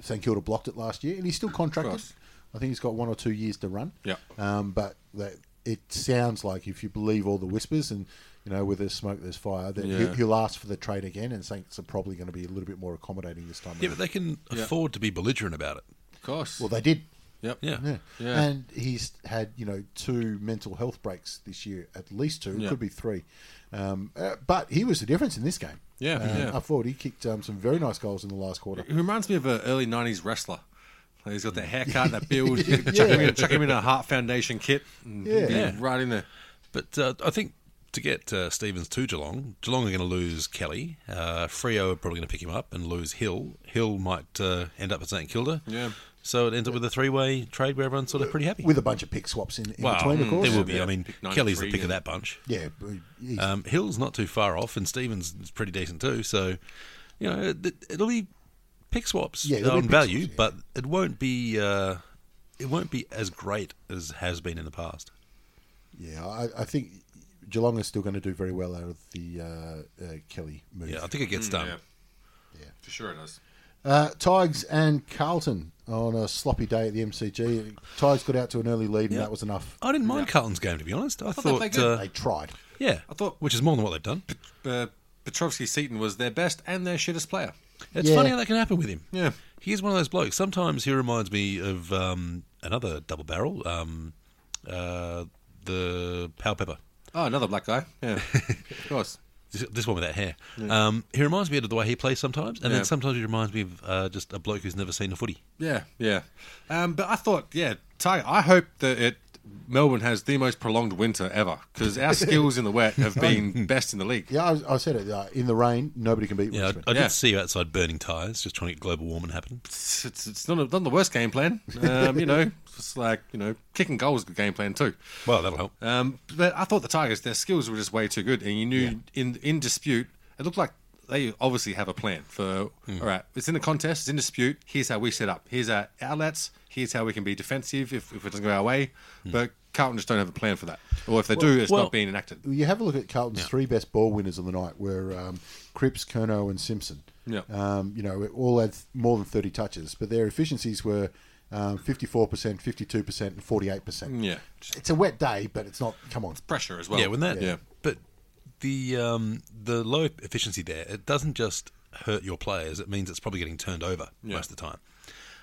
A: St Kilda blocked it last year, and he's still contracted.
C: course.
A: I think he's got one or two years to run.
C: Yeah.
A: Um, but that, it sounds like if you believe all the whispers and you know, where there's smoke, there's fire. That
C: Yeah.
A: he'll, he'll ask for the trade again, and Saints are probably going to be a little bit more accommodating this time.
B: Yeah,
A: around.
B: but they can
C: Yeah.
B: afford to be belligerent about it.
C: Of course.
A: well, they did.
C: yep.
B: Yeah.
A: Yeah.
C: Yeah.
A: and he's had you know two mental health breaks this year, at least two,
C: Yeah.
A: could be three. Um, uh, but he was the difference in this game.
C: Yeah,
A: Um,
C: yeah.
A: Up forward, he kicked um, some very nice goals in the last quarter.
C: He reminds me of an early '90s wrestler. Like, he's got that haircut, that build. You can chuck, him in, chuck him in a Heart Foundation kit. and he'd be
B: Yeah.
C: Right in there.
B: But uh, I think to get uh, Stevens to Geelong, Geelong are going to lose Kelly. Uh, Frio are probably going to pick him up and lose Hill. Hill might uh, end up at St Kilda.
C: Yeah.
B: So it ends up with a three-way trade where everyone's sort of pretty happy.
A: with a bunch of pick swaps in, in
B: well,
A: between, of course.
B: there will be. I mean,
C: Mm. Pick 93
B: Kelly's the pick of
C: and-
B: that bunch.
A: Yeah, but he's-
B: Um, Hill's not too far off, and Stevens is pretty decent too. So, you know, it, it'll be pick swaps
A: Yeah, it'll be
B: on
A: pick
B: value,
A: swaps, yeah.
B: but it won't be uh, it won't be as great as has been in the past.
A: yeah. I, I think Geelong is still going to do very well out of the uh, uh, Kelly move.
B: Yeah, I think it gets done.
C: Mm, Um, Yeah. For sure it does.
A: Uh, Tigers and Carlton on a sloppy day at the MCG. Tigers got out to an early lead, and that was enough.
B: I didn't mind Carlton's game to be honest. I,
C: they
B: thought,
C: played good.
B: uh,
A: They tried.
B: yeah,
C: I thought-
B: which is more than what they've done.
C: Uh, Petrovsky Seaton was their best and their shittest player.
B: It's
A: Yeah.
B: funny how that can happen with him.
C: Yeah.
B: he's one of those blokes. Sometimes he reminds me of um, another double barrel, um, uh, the Power Pepper.
C: Oh, another black guy. Yeah. of course.
B: This, this one with that hair. Um, he reminds me of the way he plays sometimes, and
C: Yeah.
B: then sometimes he reminds me of uh, just a bloke who's never seen a footy.
C: Yeah, yeah. Um, but I thought, yeah, Tiger, I hope that it, Melbourne has the most prolonged winter ever because our skills in the wet have been best in the league.
A: Yeah, I, I said it. Uh, in the rain, nobody can beat
B: Yeah,
A: Richmond.
B: I, I
C: Yeah.
B: did see you outside burning tyres, just trying to get global warming to happen.
C: It's, it's, it's not, a, not the worst game plan. Um, you know, it's like, you know, kicking goals is a good game plan too.
B: Well, that'll help.
C: Um, but I thought the Tigers, their skills were just way too good, and you knew in in dispute, it looked like they obviously have a plan for.
B: Mm.
C: All right, it's in a contest, it's in dispute. Here's how we set up. Here's our outlets. Here's how we can be defensive if, if it doesn't go our way. But Carlton just don't have a plan for that, or if they do, it's
B: Mm. well-
C: not being enacted.
A: You have a look at Carlton's three best ball winners of the night were um, Cripps, Kerno, and Simpson.
C: Yeah.
A: Um, you know, it all had th- more than 30 touches, but their efficiencies were um, 54%, 52%, and 48%.
C: Yeah, just
A: It's a wet day, but it's not. Come on.
C: pressure as well.
B: yeah, when that.
C: Yeah,
B: But the um, the low efficiency there, it doesn't just hurt your players. It means it's probably getting turned over most of the time.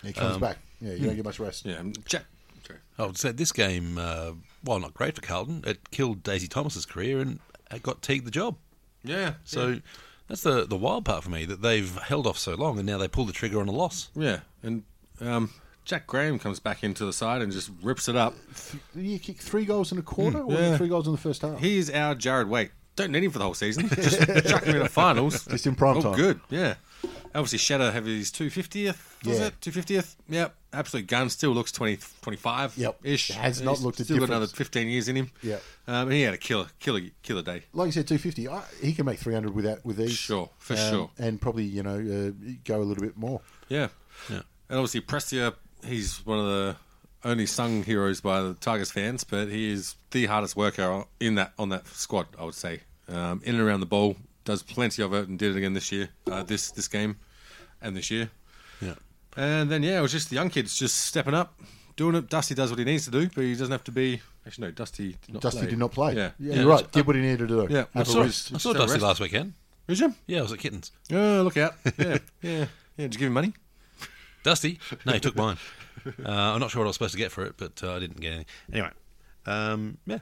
A: It comes back. Yeah, you don't get much rest.
C: Um, mm. yeah. and Jack, sorry.
B: I would say Oh, this game, uh, while not great for Carlton, it killed Daisy Thomas's career and it got Teague the job.
C: yeah.
B: So that's the the wild part for me that they've held off so long and now they pull the trigger on a loss.
C: yeah, and um, Jack Graham comes back into the side and just rips it up.
A: You kick three goals in a quarter, or
C: Mm, yeah.
A: three goals in the first half.
C: He's our Jared Waite. Don't need him for the whole season. Just chuck him in the finals.
A: Just in prime
C: oh,
A: time.
C: good. Yeah. Obviously, Shadow have his 250th, was
A: Yeah.
C: it? 250th? Yep. Absolute gun. Still looks 20, 25
A: Yep.
C: ish.
A: Has not looked a
C: Still got another
A: difference.
C: 15 years in him.
A: Yep.
C: Um, and he had a killer, killer, killer day.
A: like you said, two fifty. He can make three hundred with that with these.
C: Sure, for sure.
A: and probably you know uh, go a little bit more.
C: Yeah. Yeah. And obviously, Prestia, he's one of the only sung heroes by the Tigers fans, but he is the hardest worker in that on that squad, I would say. Um, in and around the ball, does plenty of it, and did it again this year, uh, this this game, and this year.
B: Yeah.
C: And then yeah, it was just the young kids just stepping up, doing it. Dusty does what he needs to do, but he doesn't have to be. Actually, no, Dusty did not
A: Dusty
C: play.
A: did not play.
C: Yeah,
A: you're right. Did what he needed to do.
C: Yeah.
B: I
A: Have
B: saw,
A: a
B: I
A: rest.
B: saw Dusty last weekend.
C: Is him?
B: Yeah, I was at Kittens.
C: Yeah, look out. Yeah, yeah, yeah. Did you give him money?
B: Dusty? No, he took mine. Uh, I'm not sure what I was supposed to get for it, but uh, I didn't get any. Anyway, um, yeah.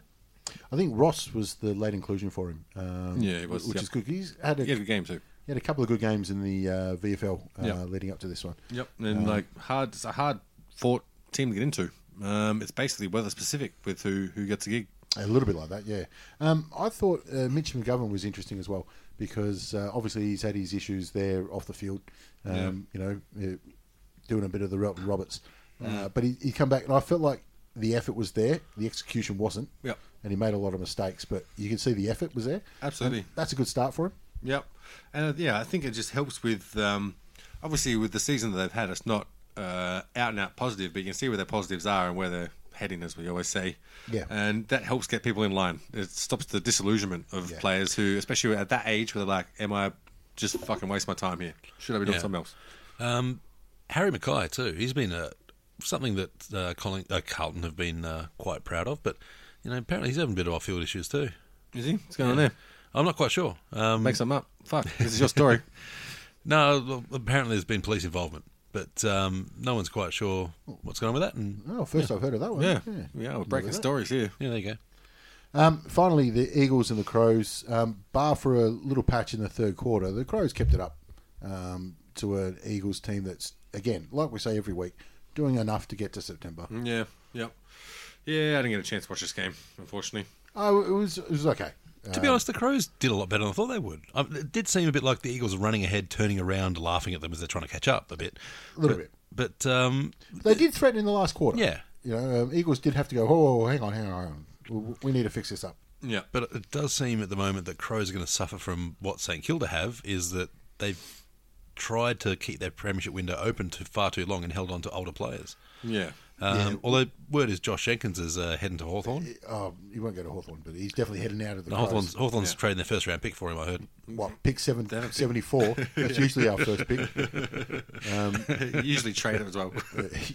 A: I think Ross was the late inclusion for him. Um,
C: Yeah, he was,
A: Which
C: yep.
A: is good. He's had a,
C: He had a good game too.
A: he had a couple of good games in the uh, VFL uh,
C: Yep.
A: leading up to this one.
C: Yep, and like hard, it's a hard fought team to get into. Um, it's basically weather specific with who who gets a gig.
A: A little bit like that, yeah. Um, I thought uh, Mitch McGovern was interesting as well because uh, obviously he's had his issues there off the field. Um, You know, uh, doing a bit of the Relton Roberts, uh,
C: Mm.
A: but he he come back and I felt like the effort was there, the execution wasn't.
C: Yep.
A: And he made a lot of mistakes, but you can see the effort was there.
C: Absolutely.
A: And that's a good start for him.
C: Yep, and uh, yeah, I think it just helps with um, obviously with the season that they've had. It's not uh, out and out positive, but you can see where their positives are and where they're heading, as we always say.
A: Yeah.
C: and that helps get people in line. It stops the disillusionment of
A: Yeah.
C: players who, especially at that age, where they're like, "Am I just fucking waste my time here? Should I be doing
B: Yeah.
C: something else?"
B: Um, Harry Mackay too. He's been a something that uh, Colin, uh, Carlton have been uh, quite proud of, but you know apparently he's having a bit of off-field issues too.
C: Is he? What's going on there?
B: I'm not quite sure. Um,
C: Make something up. Fuck, this is your story.
B: no, well, apparently there's been police involvement, but um, no one's quite sure what's going on with that. And
A: Oh, first I've heard of that one.
C: yeah, yeah, we're breaking stories here.
B: yeah, there you go.
A: Um, finally, the Eagles and the Crows, um, bar for a little patch in the third quarter, the Crows kept it up um, to an Eagles team that's, again, like we say every week, doing enough to get to September.
B: Mm.
C: Yeah, yep. Yeah, I didn't get a chance to watch this game, unfortunately.
A: Oh, it was it was okay.
B: To be honest, the Crows did a lot better than I thought they would. Um, It did seem a bit like the Eagles running ahead, turning around, laughing at them as they're trying to catch up a bit.
A: A little
B: but,
A: bit.
B: But um,
A: They did threaten in the last quarter.
B: Yeah.
A: You know, um, Eagles did have to go, oh, hang on, hang on. We- We need to fix this up.
C: Yeah,
B: But it does seem at the moment that Crows are going to suffer from what St Kilda have is that they've tried to keep their premiership window open to far too long and held on to older players.
C: yeah.
B: Um, Although word is Josh Jenkins is uh, heading to Hawthorn.
A: Oh, he won't go to Hawthorn, but he's definitely heading out of the
B: No,
A: Crows.
B: Hawthorn's, Hawthorn's trading their first round pick for him. I heard.
A: What, pick seven, 74? That's usually our first pick.
C: Usually trade it as well.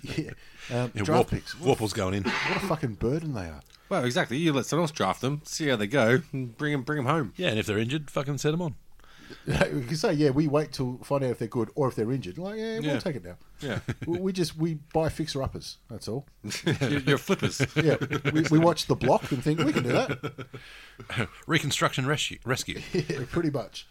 A: yeah. Um,
B: Yeah,
A: draft
B: Warp,
A: picks. What,
B: Warple's going in.
A: what a fucking burden they are.
C: well, exactly. You let someone else draft them, see how they go, and bring them, bring them home.
B: Yeah, and if they're injured, fucking send them on.
A: we can say, yeah, we wait till find out if they're good or if they're injured. Like, yeah,
C: Yeah.
A: we'll take it now.
C: Yeah.
A: we, we just we buy fixer uppers. That's all.
C: you're, you're flippers.
A: Yeah, we, we watch the block and think we can do that.
B: Reconstruction rescue. rescue.
A: Yeah, pretty much.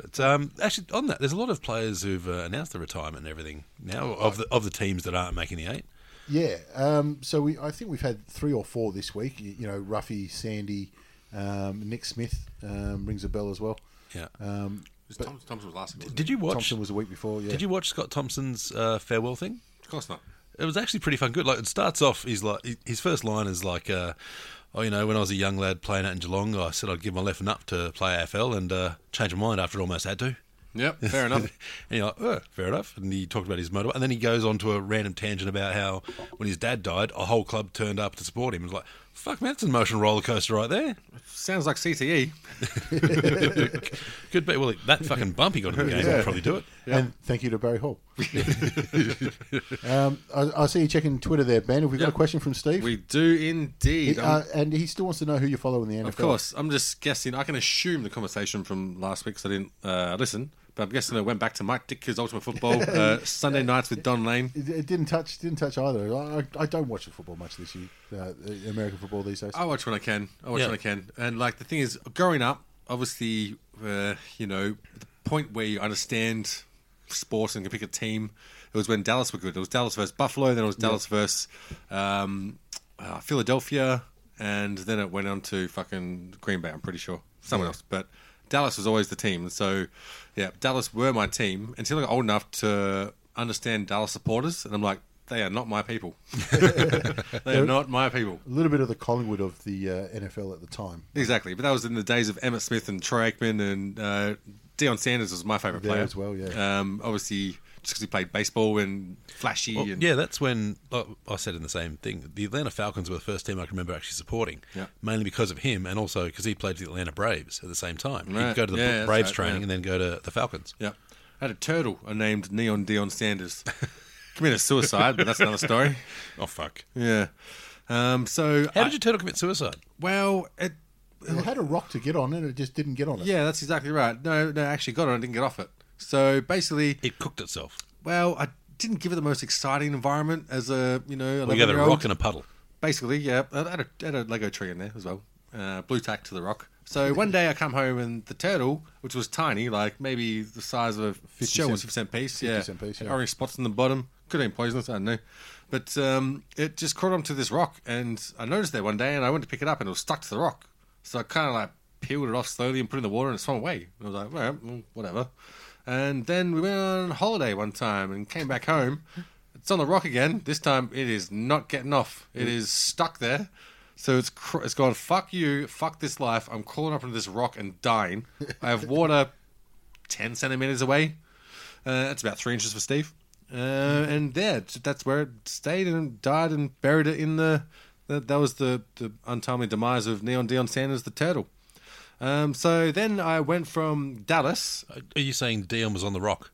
B: But, um, actually, on that, there's a lot of players who've uh, announced their retirement and everything now of the of the teams that aren't making the eight.
A: Yeah. Um, so we, I think we've had three or four this week. You, you know, Ruffy, Sandy, um, Nick Smith um, rings a bell as well.
B: Yeah.
A: Um,
C: Thompson, Thompson was last.
B: Did you watch?
A: Thompson was a week before. Yeah.
B: Did you watch Scott Thompson's uh, farewell thing?
C: Of course not.
B: It was actually pretty fun. Good. Like it starts off. He's like he- his first line is like, uh, "Oh, you know, when I was a young lad playing out in Geelong, I said I'd give my left nut to play AFL and uh, change my mind after I almost had to."
C: Yep, fair enough.
B: And you're like, oh, fair enough. And he talked about his motorbike. And then he goes on to a random tangent about how when his dad died, a whole club turned up to support him. It's like, fuck, man, that's an emotional roller coaster right there.
C: Sounds like E. CTE.
B: Could be. Well, that fucking bump he got in the game would probably do it.
A: And thank you to Barry Hall. um, I, I see you checking Twitter there, Ben. Have we got a question from Steve?
C: We do indeed.
A: He-
C: I'm-
A: uh, and he still wants to know who you follow in the NFL.
C: Of course, I'm just guessing. I can assume the conversation from last week because I didn't uh, listen, but I'm guessing it went back to Mike Ditka's Ultimate Football uh, Sunday nights with Don Lane.
A: It, it didn't touch. Didn't touch either. I, I, I don't watch the football much this year. Uh, the American football these days.
C: I watch when I can. I watch
B: Yeah.
C: when I can. And like the thing is, growing up, obviously, uh, you know, the point where you understand sports and can pick a team, it was when Dallas were good. It was Dallas versus Buffalo, then it was Dallas versus um, uh, Philadelphia, and then it went on to fucking Green Bay. I'm pretty sure someone else, but. Dallas was always the team, so yeah, Dallas were my team until I got old enough to understand Dallas supporters, and I'm like, they are not my people. they are not my people.
A: A little bit of the Collingwood of the uh, NFL at the time.
C: Exactly, but that was in the days of Emmett Smith and Troy Aikman and uh, Deion Sanders was my favorite
A: There
C: player
A: as well, yeah.
C: um, obviously just because he played baseball and flashy
B: Well,
C: and
B: yeah, that's when like I said in the same thing. The Atlanta Falcons were the first team I can remember actually supporting,
C: Yeah.
B: mainly because of him, and also because he played for the Atlanta Braves at the same time. He'd
C: Right.
B: go to the
C: Yeah, that's
B: Braves
C: right,
B: training
C: yeah.
B: and then go to the Falcons.
C: Yeah. I had a turtle I named Neon Deion Sanders. committed suicide, but that's another story.
B: Oh fuck!
C: Yeah. Um, so,
B: How
C: I-
B: did your turtle commit suicide?
C: well, it,
A: It had a rock to get on and it just didn't get on it.
C: yeah, that's exactly right. No, no, I actually got on and didn't get off it. So basically,
B: It cooked itself.
C: well, I didn't give it the most exciting environment as a, you know,
B: We got a
C: 11-year-old.
B: rock and a puddle.
C: basically, yeah, I had a, had a Lego tree in there as well, uh, blue tack to the rock. So one day I come home and the turtle, which was tiny, like maybe the size of a shell
A: cent-
C: was fifty cent piece, yeah,
A: cent piece, yeah.
C: orange spots on the bottom, could have been poisonous, I don't know, but um, it just caught onto this rock, and I noticed that one day, and I went to pick it up, and it was stuck to the rock, so I kind of like peeled it off slowly and put it in the water, and it swam away. And I was like, well, mm, whatever. And then we went on holiday one time and came back home. It's on the rock again. This time it is not getting off. It is stuck there. So it's cr- it's gone. Fuck you. Fuck this life. I'm crawling up into this rock and dying. I have water ten centimeters away. Uh, that's about three inches for Steve. Uh, and there, t- that's where it stayed and died and buried it in the. That, that was the, the untimely demise of Neon Dion Sanders, the turtle. Um, so then I went from Dallas.
B: Are you saying Dion was on the rock?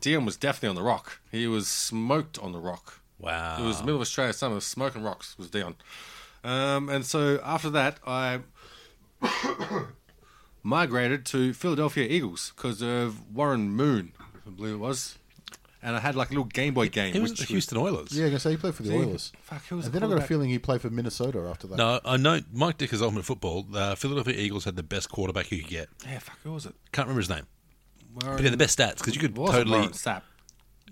C: Dion was definitely on the rock. He was smoked on the rock.
B: Wow.
C: It was the middle of Australia summer, smoking rocks was Dion. Um, and so after that, I migrated to Philadelphia Eagles because of Warren Moon, I believe it was. And I had like a little Game Boy game.
B: He was at
C: which
B: the Houston Oilers.
A: Yeah, I guess he played for the Oilers.
C: Fuck, who was
A: and
C: the
A: then I got a
C: quarterback?
A: feeling he played for Minnesota after that.
B: No, I know Mike Dicker's ultimate football. The Philadelphia Eagles had the best quarterback you could get.
C: Yeah, fuck, who was it?
B: Can't remember his name.
C: Warren,
B: But he had the best stats because you could
C: It wasn't
B: totally Uh,
C: Warren Sapp.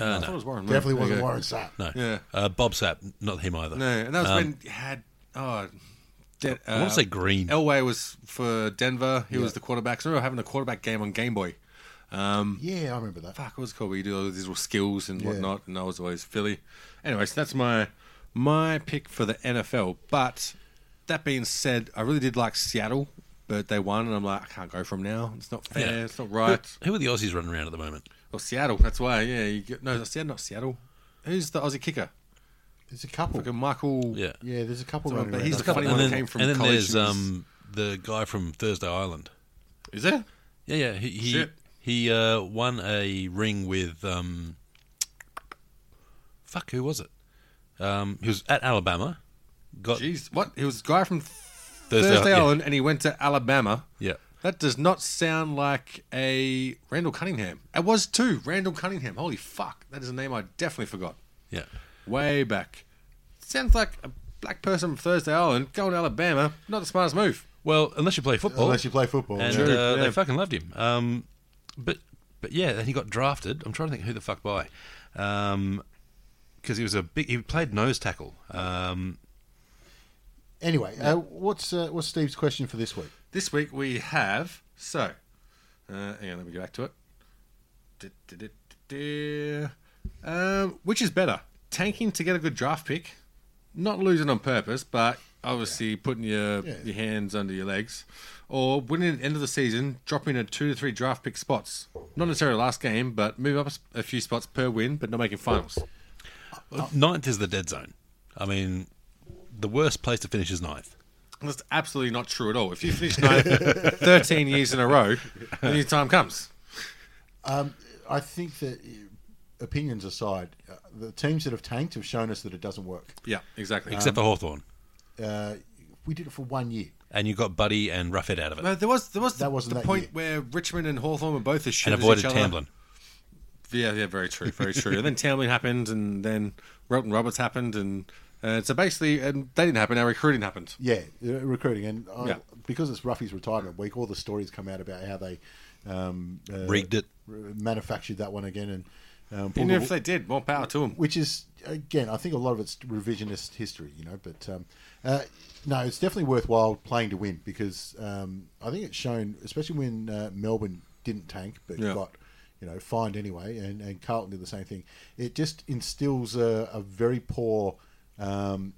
C: I thought it was Warren Moon.
A: Definitely wasn't
C: Okay.
A: Warren Sapp.
B: no.
C: Yeah.
B: Uh, Bob Sapp, not him either.
C: No, and that was when you had oh, De-
B: I want
C: uh,
B: to Um, say Green.
C: Elway was for Denver. He was the quarterback. So I remember having a quarterback game on Game Boy. Um,
A: Yeah, I remember that.
C: fuck, what was it called? Where you do all these little skills and whatnot. And I was always Philly. Anyway, so that's my my pick for the NFL. But that being said, I really did like Seattle, but they won, and I'm like, I can't go from now. It's not fair.
B: Yeah.
C: It's not right.
B: Who are the Aussies running around at the moment?
C: Well, Seattle. That's why. Yeah, you get, no, Seattle, not Seattle. Who's the Aussie kicker?
A: There's a couple.
C: Fucking Michael.
B: Yeah.
A: Yeah, there's a couple
C: Someone-
A: running
C: but
A: around.
C: he's
A: I
C: the funny
B: and
C: one
B: then,
C: that came from
B: and then
C: college
B: there's
C: who's-
B: um, the guy from Thursday Island.
C: Is it?
B: Yeah, yeah. He he,
C: Shit.
B: he uh, won a ring with um, fuck. Who was it? Um, he was at Alabama. Got
C: Jeez, what? He was a guy from Thursday,
B: Thursday, yeah.
C: Island, and he went to Alabama.
B: Yeah.
C: That does not sound like a Randall Cunningham. It was too Randall Cunningham. Holy fuck, that is a name I definitely forgot.
B: Yeah.
C: Way back. Sounds like a black person from Thursday Island going to Alabama. Not the smartest move.
B: Well, unless you play football,
A: Unless you play football.
B: and
A: yeah.
B: uh,
C: yeah.
B: they fucking loved him. Um, but but yeah, then he got drafted. I'm trying to think who the fuck by, because he was a big. He played nose tackle. Um,
A: Anyway, uh, what's uh, what's Steve's question for this week?
C: This week we have so. Uh, hang on, let me go back to it. Du-du-du-du-du. Um, which is better, tanking to get a good draft pick, not losing on purpose, but obviously putting your
A: Yeah.
C: your hands under your legs, or winning at the end of the season, dropping a two to three draft pick spots, not necessarily last game, but move up a few spots per win, but not making finals.
B: ninth is the dead zone. I mean, the worst place to finish is ninth.
C: That's absolutely not true at all. If you finish ninth thirteen years in a row, then your time comes.
A: I think that uh, opinions aside, uh, the teams that have tanked have shown us that it doesn't work.
C: Yeah, exactly.
B: Except for Hawthorn,
A: Uh, we did it for one year.
B: and you got Buddy and Ruffhead out of it,
C: No, there was there was the,
A: That wasn't
C: the
A: that
C: point
A: year.
C: where Richmond and Hawthorn were both as shit
B: and
C: as
B: avoided
C: each other.
B: Tamblin.
C: Yeah, yeah, very true, very true. and then Tamblin happened, and then Relton Roberts happened, and uh, so basically, and they didn't happen. Our recruiting happened.
A: Yeah, uh, recruiting, and I,
C: Yeah.
A: because it's Ruffy's retirement week, all the stories come out about how they um, uh,
B: Rigged it.
A: r- manufactured that one again, and um, pulled
C: Even
A: the
C: if they did, more power to them.
A: which is again, I think a lot of it's revisionist history, you know. But um, uh, no, it's definitely worthwhile playing to win because um, I think it's shown, especially when uh, Melbourne didn't tank but
C: Yeah.
A: got you know fined anyway, and, and Carlton did the same thing. It just instills a, a very poor. Um,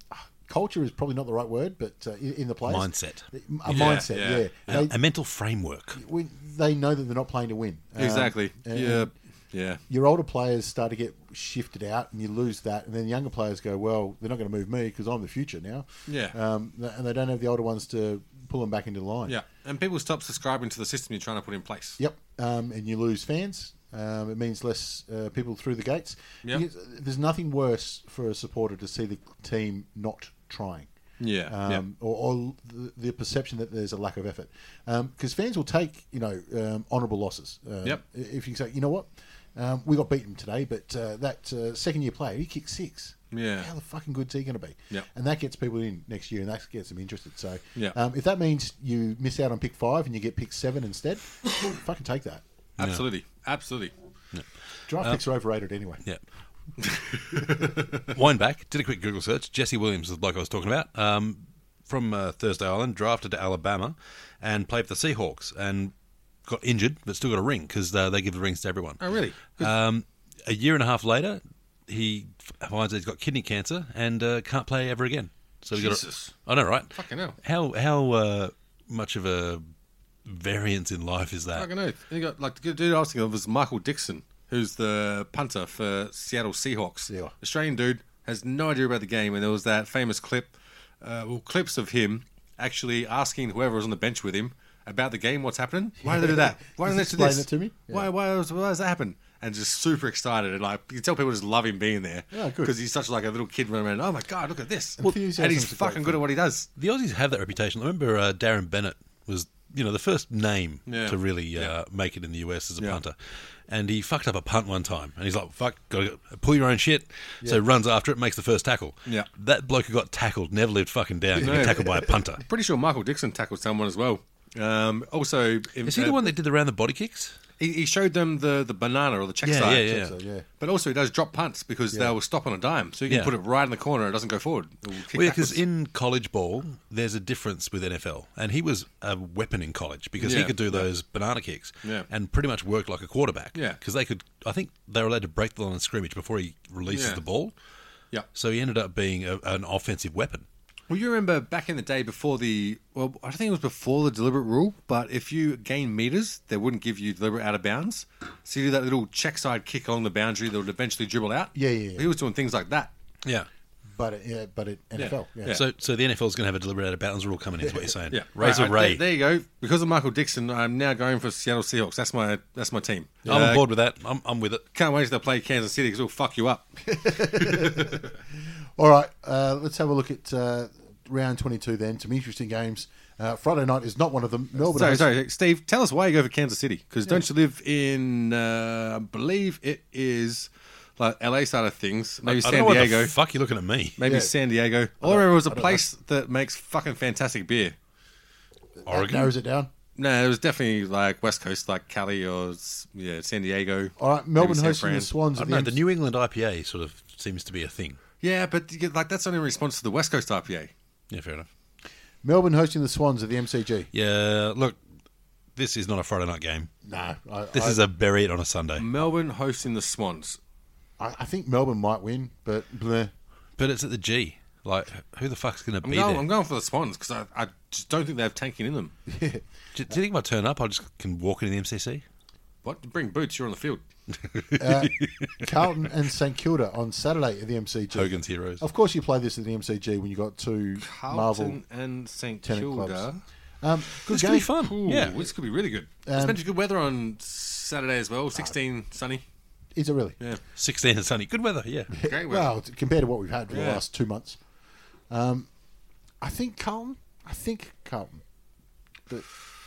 A: Culture is probably not the right word, but uh, in, in the players,
B: Mindset.
A: a
C: Yeah,
A: mindset,
C: yeah.
A: yeah.
B: A,
A: They,
B: a mental framework.
A: we, they know that they're not playing to win. Um,
C: exactly.
A: and-
C: yeah, yeah.
A: your older players start to get shifted out and you lose that and then younger players go well they're not going to move me because i'm the future now
C: Yeah.
A: um, and they don't have the older ones to pull them back into line
C: Yeah, and people stop subscribing to the system you're trying to put in place.
A: yep um, and you lose fans Um, it means less uh, people through the gates.
C: Yep.
A: You- There's nothing worse for a supporter to see the team not trying.
C: Yeah,
A: Um,
C: yeah.
A: Or, or the, the perception that there's a lack of effort. Because fans will take, you know, um, honourable losses. Um,
C: Yep.
A: If you say, you know what, um, we got beaten today, but uh, that uh, second year player, he kicked six.
C: Yeah.
A: How the fucking good's he going to be?
C: Yep.
A: And that gets people in next year and that gets them interested. So
C: Yeah.
A: um, if that means you miss out on pick five and you get pick seven instead, fucking take that.
C: Absolutely, absolutely.
A: Draft
B: Um,
A: picks are overrated anyway.
B: Yeah. Wind back, did a quick Google search. Jesse Williams, the bloke I was talking about, um, from uh, Thursday Island, drafted to Alabama and played for the Seahawks and got injured, but still got a ring because uh, they give the rings to everyone.
C: Oh, really?
B: Um, a year and a half later, he f- finds that he's got kidney cancer and uh, can't play ever again. So he
C: Jesus.
B: got. A, I know, right?
C: Fucking hell.
B: How how uh, much of a variance in life is that?
C: Fucking oath. And you got like the good dude I was thinking of was Michael Dixon, who's the punter for Seattle Seahawks.
A: Yeah.
C: Australian dude has no idea about the game, and there was that famous clip, uh, well, clips of him actually asking whoever was on the bench with him about the game, what's happening. Why did they do that? Why did
A: Just
C: they do this?
A: explain it to me.
C: Why? Why, was- why does that happen? And just super excited, and like you can tell people just love him being there.
A: Yeah, good.
C: Because he's such like a little kid running around. Oh my god, look at this!
A: Enthusiasm's
C: and he's
A: a great
C: fucking good at what he does.
B: the Aussies have that reputation. I remember uh, Darren Bennett was, you know, the first name
C: Yeah.
B: to really uh, make it in the US as a
C: Yeah.
B: punter, and he fucked up a punt one time, and he's like, "Fuck, gotta pull your own shit." So he runs after it, makes the first tackle.
C: Yeah.
B: that bloke who got tackled never lived fucking down. He
C: No.
B: got tackled by a punter.
C: Pretty sure Michael Dixon tackled someone as well. Um, also,
B: Is he
C: uh,
B: the one that did the round the body kicks?
C: He, he showed them the, the banana or the check
B: Yeah,
C: side.
B: yeah, yeah.
A: So, yeah.
C: But also, he does drop punts because they will stop on a dime. So you can
B: Yeah.
C: put it right in the corner, it doesn't go forward. It will kick
B: Well, because
C: backwards.
B: in college ball, there's a difference with NFL, and he was a weapon in college because he
C: Yeah.
B: could do those banana kicks
C: Yeah.
B: and pretty much work like a quarterback.
C: Yeah.
B: because they could. I think they were allowed to break the line of scrimmage before he releases
C: Yeah.
B: the ball.
C: Yeah.
B: So he ended up being a, an offensive weapon.
C: Well, you remember back in the day before the. Well, I think it was before the deliberate rule, but if you gain meters, they wouldn't give you deliberate out of bounds. So you do that little check side kick along the boundary that would eventually dribble out.
A: Yeah, yeah, yeah.
C: He was doing things like that.
B: Yeah.
A: But it, yeah, but it NFL. Yeah.
C: Yeah.
B: So so the NFL is going to have a deliberate out of bounds rule coming in. Is what you're saying?
C: Yeah,
B: Razor
C: Right, I-
B: Ray.
C: There you go. Because of Michael Dixon, I'm now going for Seattle Seahawks. That's my that's my team.
B: I'm
C: Uh,
B: on board with that. I'm, I'm with it.
C: Can't wait till they play Kansas City because it'll fuck you up.
A: All right, uh, let's have a look at uh, round 22 then. Some interesting games. Uh, Friday night is not one of them. Melbourne.
C: Sorry,
A: hosts-
C: sorry, Steve. Tell us why you go for Kansas City because don't you live in? Uh, I believe it is like LA side of things. Maybe
B: I
C: San
B: don't know why
C: Diego.
B: the fuck you looking at me.
C: maybe
A: Yeah.
C: San Diego. All I remember was a place that makes fucking fantastic beer.
B: Oregon.
A: Narrows it down.
C: No, it was definitely like West Coast, like Cali or s- yeah, San Diego.
A: All right,
C: maybe
A: Melbourne
C: San
A: hosting
C: Fran.
A: the Swans.
B: I
A: at
B: don't
A: the
B: know.
A: end-
B: The New England IPA sort of seems to be a thing.
C: Yeah, but you get- like that's only in response to the West Coast IPA.
B: Yeah, fair enough.
A: Melbourne hosting the Swans at the MCG.
B: Yeah. Look, this is not a Friday night game.
A: No, I,
B: This
A: I,
B: is a bury it on a Sunday.
C: Melbourne hosting the Swans.
A: I, I think Melbourne might win, but bleh.
B: But it's at the G. Like, who the fuck's going to
C: I'm
B: be
C: going.
B: there?
C: I'm going for the Swans because I, I just don't think they have tanking in them.
B: do, do you think if I turn up, I just can walk into the MCC?
C: What? Bring boots. You're on the field.
A: Carlton and St Kilda on Saturday at the MCG.
B: Hogan's Heroes.
A: Of course, you play this at the MCG when you got two Marvel.
C: Carlton and St
A: tenant
C: Kilda.
A: clubs. Um, good
B: This
A: game.
B: could be fun.
C: Ooh,
B: yeah.
C: this could be really good. it's meant to be good weather on Saturday as well. 16, sunny.
A: Is it really?
C: Yeah,
B: 16 and sunny. Good weather, yeah.
C: great weather.
A: Well, t- compared to what we've had for the
C: Yeah.
A: last two months, um, I think Carlton. I think Carlton. The,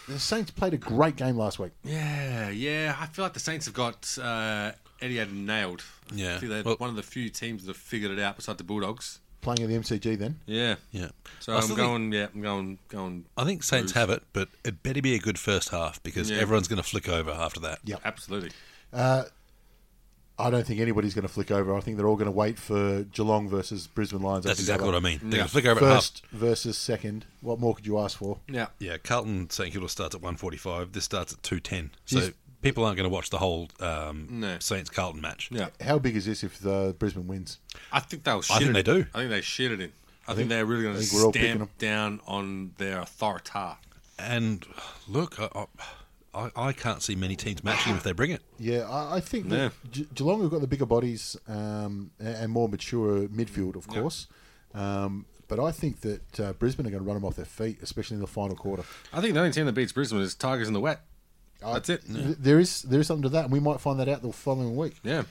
A: the Saints played a great game last week.
C: Yeah, yeah. I feel like the Saints have got uh, Etihad nailed.
B: Yeah.
C: I think they're
B: Well-
C: one of the few teams that have figured it out beside the Bulldogs.
A: Playing at the MCG, then
C: Yeah,
B: Yeah.
C: So
B: I
C: I'm
B: still
C: going. yeah, I'm going. Going.
B: I think Saints have it, but it better be a good first half because
C: Yeah.
B: everyone's going to flick over after that.
A: Yeah.
C: Absolutely.
A: I don't think anybody's going to flick over. I think they're all going to wait for Geelong versus Brisbane Lions.
B: That's
A: up together.
B: exactly what I mean. They're going
C: Yeah.
B: to flick over at half.
A: First versus second. What more could you ask for?
C: Yeah.
B: Yeah, Carlton St Kilda starts at 1:45. This starts at 2:10. So
A: Yes.
B: people aren't going to watch the whole um,
C: No.
B: Saints Carlton match.
C: Yeah.
A: How big is this if the Brisbane wins?
C: I think they'll. Shit
B: I think
C: it
B: they
C: in.
B: do.
C: I think they shit it in. I, think, they're really going
A: I
C: to
A: think we're all picking them.
C: stamp down on their authority.
B: And look, I, I, I can't see many teams matching them if they bring it.
A: Yeah, I, I think that Ge- Geelong have got the bigger bodies um, a- and more mature midfield, of course. Um, but I think that uh, Brisbane are going to run them off their feet, especially in the final quarter.
C: I think the only team that beats Brisbane is Tigers in the wet. That's it.
A: Th- There is there is something to that, and we might find that out the following week.
C: Yeah.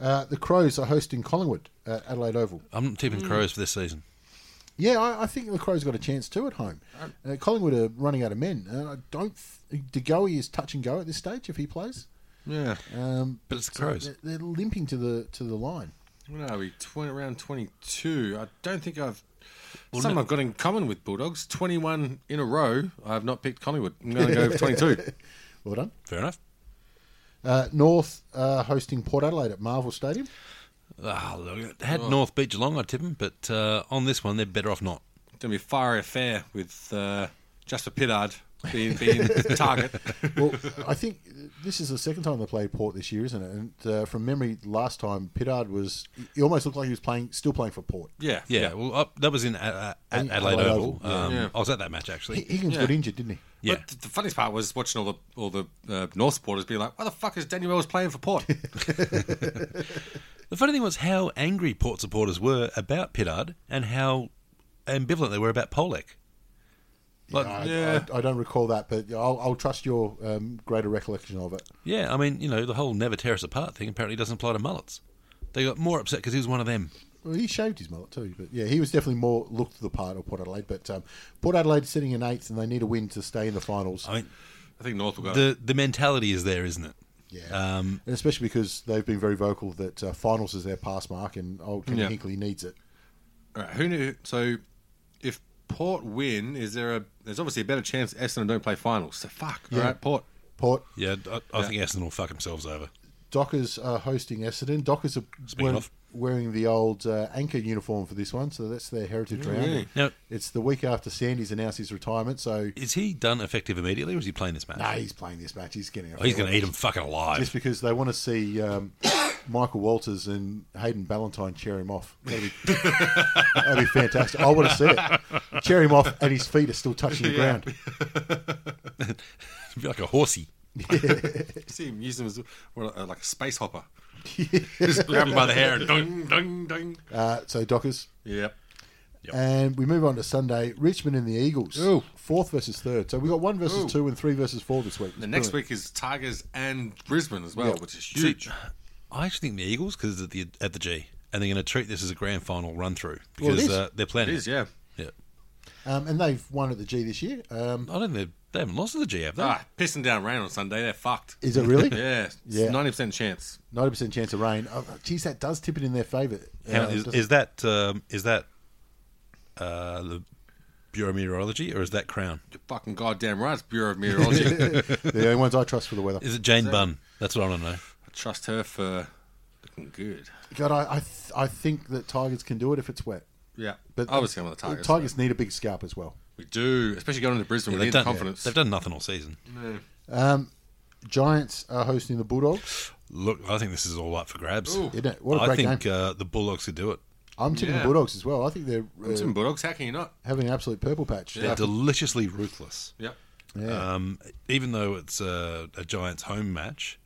A: Uh, the Crows are hosting Collingwood at Adelaide Oval.
B: I'm tipping Crows for this season.
A: Yeah, I, I think the Crows got a chance too at home. Uh, Collingwood are running out of men. Uh, I don't. Th- De Goey is touch and go at this stage if he plays.
C: Yeah.
A: Um,
B: But it's the
A: so
B: Crows.
A: They're, they're limping to the to the line.
C: What are we? 20, around 22. I don't think I've. Something I've got in common with Bulldogs. 21 in a row. I have not picked Collingwood. I'm going to go with 22.
A: Well done.
B: Fair enough.
A: Uh, North uh, hosting Port Adelaide at Marvel Stadium.
B: Ah, look, had North beat Geelong, I'd tip them, but uh, on this one, they're better off not.
C: It's going to be a fiery affair with uh, Jasper Pittard being, being the target.
A: Well, I think this is the second time they played Port this year, isn't it? And uh, from memory, last time Pittard was he almost looked like he was playing still playing for Port.
C: Yeah.
B: Yeah, well, uh, that was in uh, at
A: In
B: Adelaide
A: Adelaide
B: Oval.
A: Oval,
B: Um,
C: Yeah.
B: I was at that match, actually.
A: Higgins got injured, didn't he?
B: Yeah.
C: But th- the funniest part was watching all the all the uh, North supporters be like, "Why the fuck is Daniel Wells playing for Port?"
B: The funny thing was how angry Port supporters were about Pittard and how ambivalent they were about Pollock. Like,
A: I,
B: yeah.
A: I-
C: Yeah.
A: I, don't recall that, but I'll, I'll trust your um, greater recollection of it.
B: I mean, you know, the whole never tear us apart thing apparently doesn't apply to mullets. They got more upset because he was one of them.
A: Well, he shaved his mullet too, but yeah, he was definitely more looked the part of Port Adelaide. But um, Port Adelaide sitting in eighth, and they need a win to stay in the finals.
B: I mean,
C: I think North will go.
B: the the mentality is there, isn't it?
A: yeah,
B: Um,
A: and especially because they've been very vocal that uh, finals is their pass mark, and old Kenny
C: Yeah.
A: Hinkley needs it.
C: All right, who knew? So, if Port win, is there a? There's obviously a better chance Essendon don't play finals. So fuck. All right, Port.
A: Port
B: Yeah, I, I think Essendon will fuck themselves over.
A: Dockers are hosting Essendon. Dockers are wearing,
B: of.
A: wearing the old uh, anchor uniform for this one, so that's their heritage round.
C: really?
B: Now,
A: It's the week after Sandy's announced his retirement, so
B: is he done effective immediately, or is he playing this match?
A: nah, he's playing this match. He's getting.
B: oh, he's going to eat him fucking
A: just
B: alive.
A: because they want to see um, Michael Walters and Hayden Ballantyne cheer him off. That'd be, that'd be fantastic. I want to see it. Cheer him off, and his feet are still touching the ground.
B: It'd be like a horsey.
C: See him use them as well, uh, like a space hopper. Just grab him by the hair and dung dung dung.
A: Uh, so Dockers,
C: Yep.
A: and we move on to Sunday. Richmond and the Eagles,
C: Ooh.
A: fourth versus third. So we got one versus
C: Ooh.
A: two and three versus four this week.
C: The next week is Tigers and Brisbane as well, which is
B: See,
C: huge.
B: I actually think the Eagles because it's at the at the G, and they're going to treat this as a grand final run through
A: Well, it
B: because
A: is.
B: uh, they're planning.
C: it is, yeah.
B: yeah.
A: Um, and they've won at the G this year. Um,
B: I don't think they- they haven't lost to the G, have they?
C: Ah, pissing down rain on Sunday. They're fucked.
A: is it really?
C: Yeah,
A: Yeah.
C: ninety percent chance.
A: Ninety percent chance of rain. Oh, geez, that does tip it in their favour.
B: How-
A: Uh,
B: is,
A: does-
B: is that um, is that uh, the Bureau of Meteorology or is that Crown?
C: Fucking goddamn right, it's Bureau of Meteorology.
A: they're the only ones I trust for the weather?
B: Is it Jane Bunn? That's what I want to know.
C: I trust her for looking good.
A: God, I I, th- I think that Tigers can do it if it's wet.
C: Yeah,
A: But
C: but I was going with the Tigers.
A: Tigers need a big scalp as well.
C: we do, especially going into Brisbane. we
B: they've
C: need the
B: done
C: confidence.
B: They've done nothing all season.
A: Um, Giants are hosting the Bulldogs.
B: Look, I think this is all up for grabs.
A: Isn't it? What a
B: I
A: great
B: think
A: game.
B: Uh, the Bulldogs could do it.
A: I'm tipping
C: yeah.
A: the Bulldogs as well. I think they're uh,
C: Some Bulldogs. How can you not?
A: having an absolute purple patch.
B: They're deliciously ruthless.
C: Yep.
A: Yeah.
B: Um, even though it's a, a Giants home match,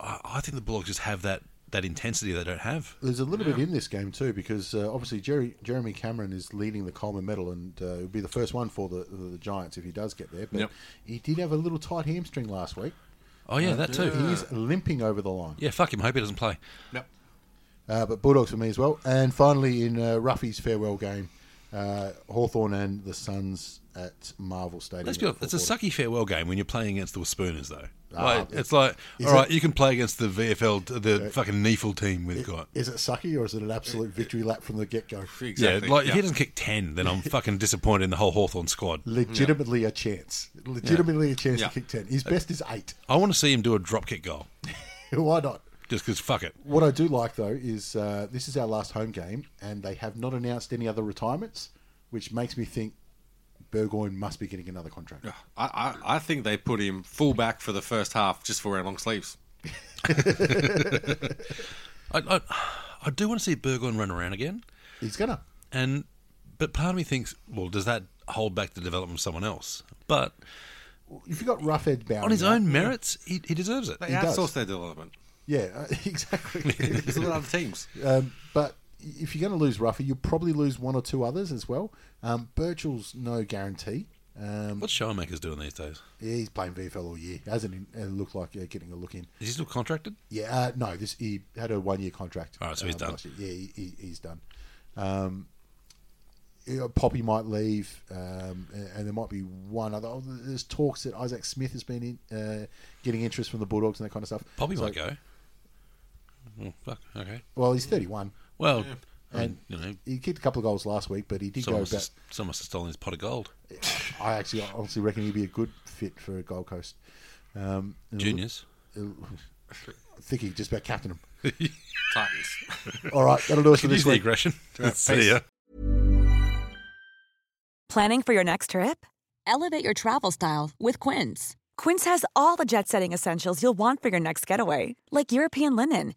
B: I, I think the Bulldogs just have that, that intensity they don't have.
A: There's a little bit in this game too because uh, obviously Jerry, Jeremy Cameron is leading the Coleman Medal and uh, it'll be the first one for the, the Giants if he does get there. But
C: Yep.
A: he did have a little tight hamstring last week.
B: Oh yeah, that too.
A: He is limping over the line.
B: Yeah, fuck him. Hope he doesn't play.
C: Yep.
A: Uh, but Bulldogs for me as well. And finally, in uh, Ruffy's farewell game, uh, Hawthorne and the Suns at Marvel Stadium.
B: Let's be honest, it's a sucky farewell game when you're playing against the Spooners, though.
A: Ah,
B: like,
A: it-
B: it's like,
A: is
B: all right,
A: it-
B: you can play against the VFL, t- the fucking Neefel team we've got.
A: Is it sucky or is it an absolute victory lap from the get go?
C: Exactly.
B: Yeah, like if he
C: Yep.
B: doesn't kick ten, then I'm fucking disappointed in the whole Hawthorn squad.
A: Legitimately a chance. Legitimately a chance
C: Yeah.
A: to kick 10. His
B: Uh,
A: best is 8.
B: I want to see him do a drop kick goal,
A: Why not?
B: just because fuck it.
A: What I do like, though, is uh, this is our last home game and they have not announced any other retirements, which makes me think Burgoyne must be getting another contract.
C: I, I, I think they put him full back for the first half just for wearing long sleeves.
B: I, I, I do want to see Burgoyne run around again,
A: He's going to.
B: and but part of me thinks, well, does that hold back the development of someone else? But
A: If you got rough Ed Bowden.
B: on his
A: out-
B: own merits, he, he deserves it.
C: They
A: does.
C: outsource their development.
A: Yeah, uh, exactly.
C: There's a lot of other teams.
A: Um, but if you're going to lose Ruffy, you'll probably lose one or two others as well. Um, Birchall's no guarantee. Um,
B: What's Showmaker's doing these days?
A: yeah, he's playing VFL all year. Hasn't he? It looked like uh, getting a look in.
B: Is he still contracted?
A: Yeah, uh, no, this he had a one year contract.
B: All right, so he's
A: um,
B: done.
A: last year. Yeah, he, he, he's done. Um, you know, Poppy might leave, um, and, and there might be one other. oh, There's talks that Isaac Smith has been in, uh, getting interest from the Bulldogs and that kind of stuff.
B: Poppy
A: So-
B: might go. Oh, fuck. Okay.
A: Well, he's 31.
B: Well, I mean,
A: And-
B: you know,
A: He kicked a couple of goals last week, but he did
B: someone
A: go
B: must,
A: back.
B: have, someone must have stolen his pot of gold.
A: I actually honestly reckon he'd be a good fit for Gold Coast. Um, and
B: Juniors.
A: I think he just about captain him.
C: Titans.
A: All right, that'll do us for
B: Could use
A: this
B: the
A: week.
B: aggression.
C: peace.
B: See ya.
D: Planning for your next trip? Elevate your travel style with Quince. Quince has all the jet setting essentials you'll want for your next getaway, like European linen,